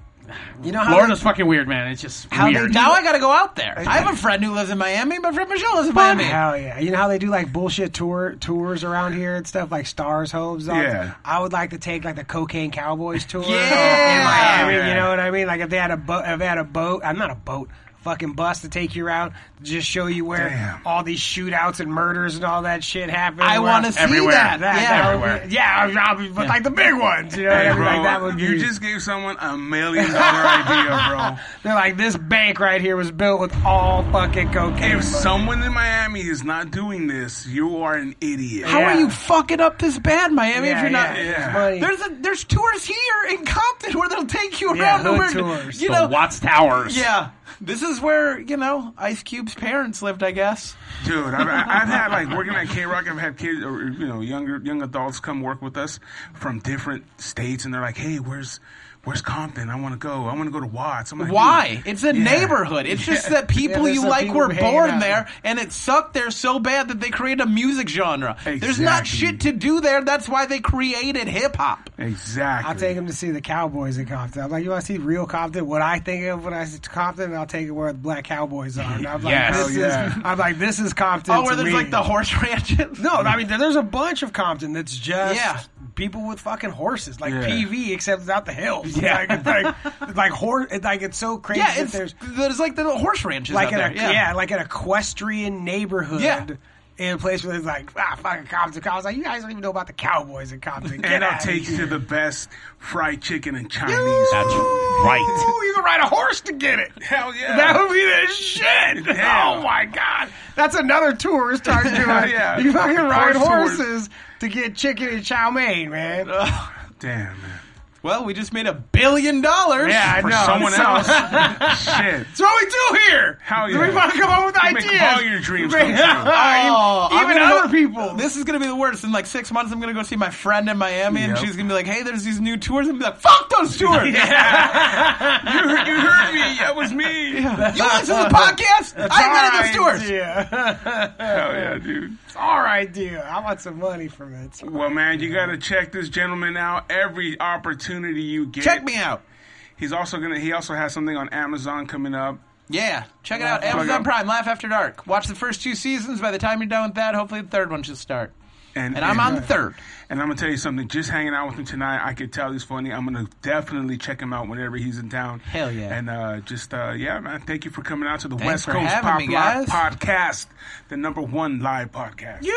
You know how Florida's fucking weird, man. It's just How they, weird. now I got to go out there. I have a friend who lives in Miami. My friend Michelle lives in They, Miami. hell yeah! You know how they do like bullshit tour tours around here and stuff like Stars Homes. all- Yeah. I would like to take like the Cocaine Cowboys tour. Yeah. in Miami. Yeah. You know what I mean? Like if they had a boat, if they had a boat, I'm not a boat. Fucking bus to take you around, just show you where Damn. all these shootouts and murders and all that shit happen. I Where- want to see Everywhere. that. That, yeah. that would be, yeah, I'll- I'll be- but like the big ones, you know what I Hey, mean? bro, like that would be. you just gave someone a million dollar idea, they're like this bank right here was built with all fucking cocaine. bro. If money. someone in Miami is not doing this, you are an idiot. How are Yeah. you fucking up this bad, Miami? if Yeah, you're not, yeah, yeah. it's money. there's a, there's tours here in Compton where they'll take you Yeah, around to where hood tours. you the know. Watts Towers. Yeah, this is where you know Ice Cube's parents lived, I guess. Dude, I've, I've had like working at K Rock. I've had kids, or you know, younger young adults come work with us from different states, and they're like, "Hey, where's where's Compton? I want to go. I want to go to Watts." I'm like, Why? "Dude, It's a yeah. neighborhood. It's just that people there's you some like people were who hang born out. there, and it sucked there so bad that they created a music genre. There's not Exactly. shit to do there. That's why they created hip hop. Exactly. I'll take him to see the Cowboys in Compton. I'm like, you want to see real Compton? What I think of when I see Compton, I'll take it where the black Cowboys are. And I'm like, Yes. this Hell Oh, yeah. is, I'm like, this is Compton. Oh, where to there's me. like the horse ranches. No, I mean, there- there's a bunch of Compton that's just Yeah. people with fucking horses, like Yeah. PV, except without the hills. Yeah. Like, it's like, it's like, hor- it's like, it's so crazy yeah, that it's there's there's, like the little horse ranches like out an there. yeah. like an equestrian neighborhood. Yeah. In a place where it's like, ah, fucking Compton. Compton's like, you guys don't even know about the Cowboys in Compton. Get And I'll outta here. take you to the best fried chicken and Chinese. That's right. Ooh, you can ride a horse to get it. Hell yeah. That would be the shit. Yeah. Oh my god, that's another tour start doing. Yeah. You fucking ride Horse tours. horses to get chicken and chow mein, man. Damn, man. Well, we just made a billion dollars. yeah, I For know. someone So- else. Shit. That's what we do here. Hell yeah. We fucking come up with You make ideas. all your dreams We make- come true. Oh, I'm even gonna other go- people. This is gonna be the worst. In like six months, I'm gonna go see my friend in Miami, and Yep. she's gonna be like, "Hey, there's these new tours," and be like, "Fuck those tours! You heard, you heard me. That was me. You listen to the podcast? I invented Our those tours." idea. Hell yeah, dude. it's our idea. I want some money from it. Well, man, you gotta check this gentleman out every opportunity you get. Check me out. He's also gonna. He also has something on Amazon coming up. Yeah, check it out. Laugh. Amazon Prime, Laugh After Dark. Watch the first two seasons. By the time you're done with that, hopefully the third one should start. And I'm on the third. And I'm gonna tell you something. Just hanging out with him tonight, I could tell he's funny. I'm gonna definitely check him out whenever he's in town. Hell yeah. And uh, just uh, yeah, man. Thank you for coming out to the West for Coast having Pop me, Live guys. Podcast, the number one live podcast. Yeah.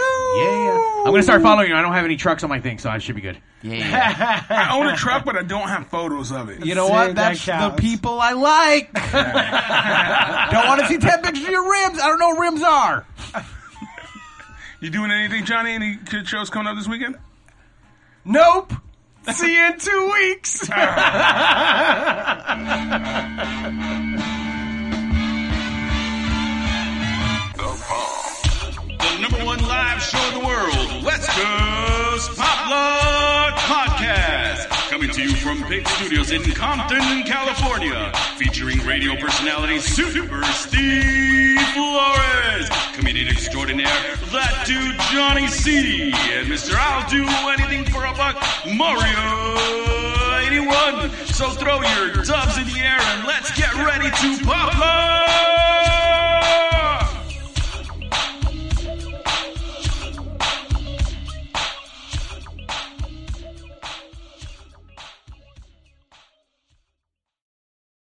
I'm gonna start following you. I don't have any trucks on my thing, so I should be good. Yeah. I own a truck, but I don't have photos of it. You know See, what? that That's the counts. people I like. don't want to see ten pictures of your rims. I don't know what rims are. You doing anything, Johnny? Any good shows coming up this weekend? Nope. See you in two weeks. The number one live show in the world, West Coast Pop Love Coming to you from Pig Studios in Compton, California, featuring radio personality Super Steve Flores, comedian extraordinaire, that dude Johnny C, and Mr. I'll do anything for a buck, Mario 81. So throw your dubs in the air and let's get ready to pop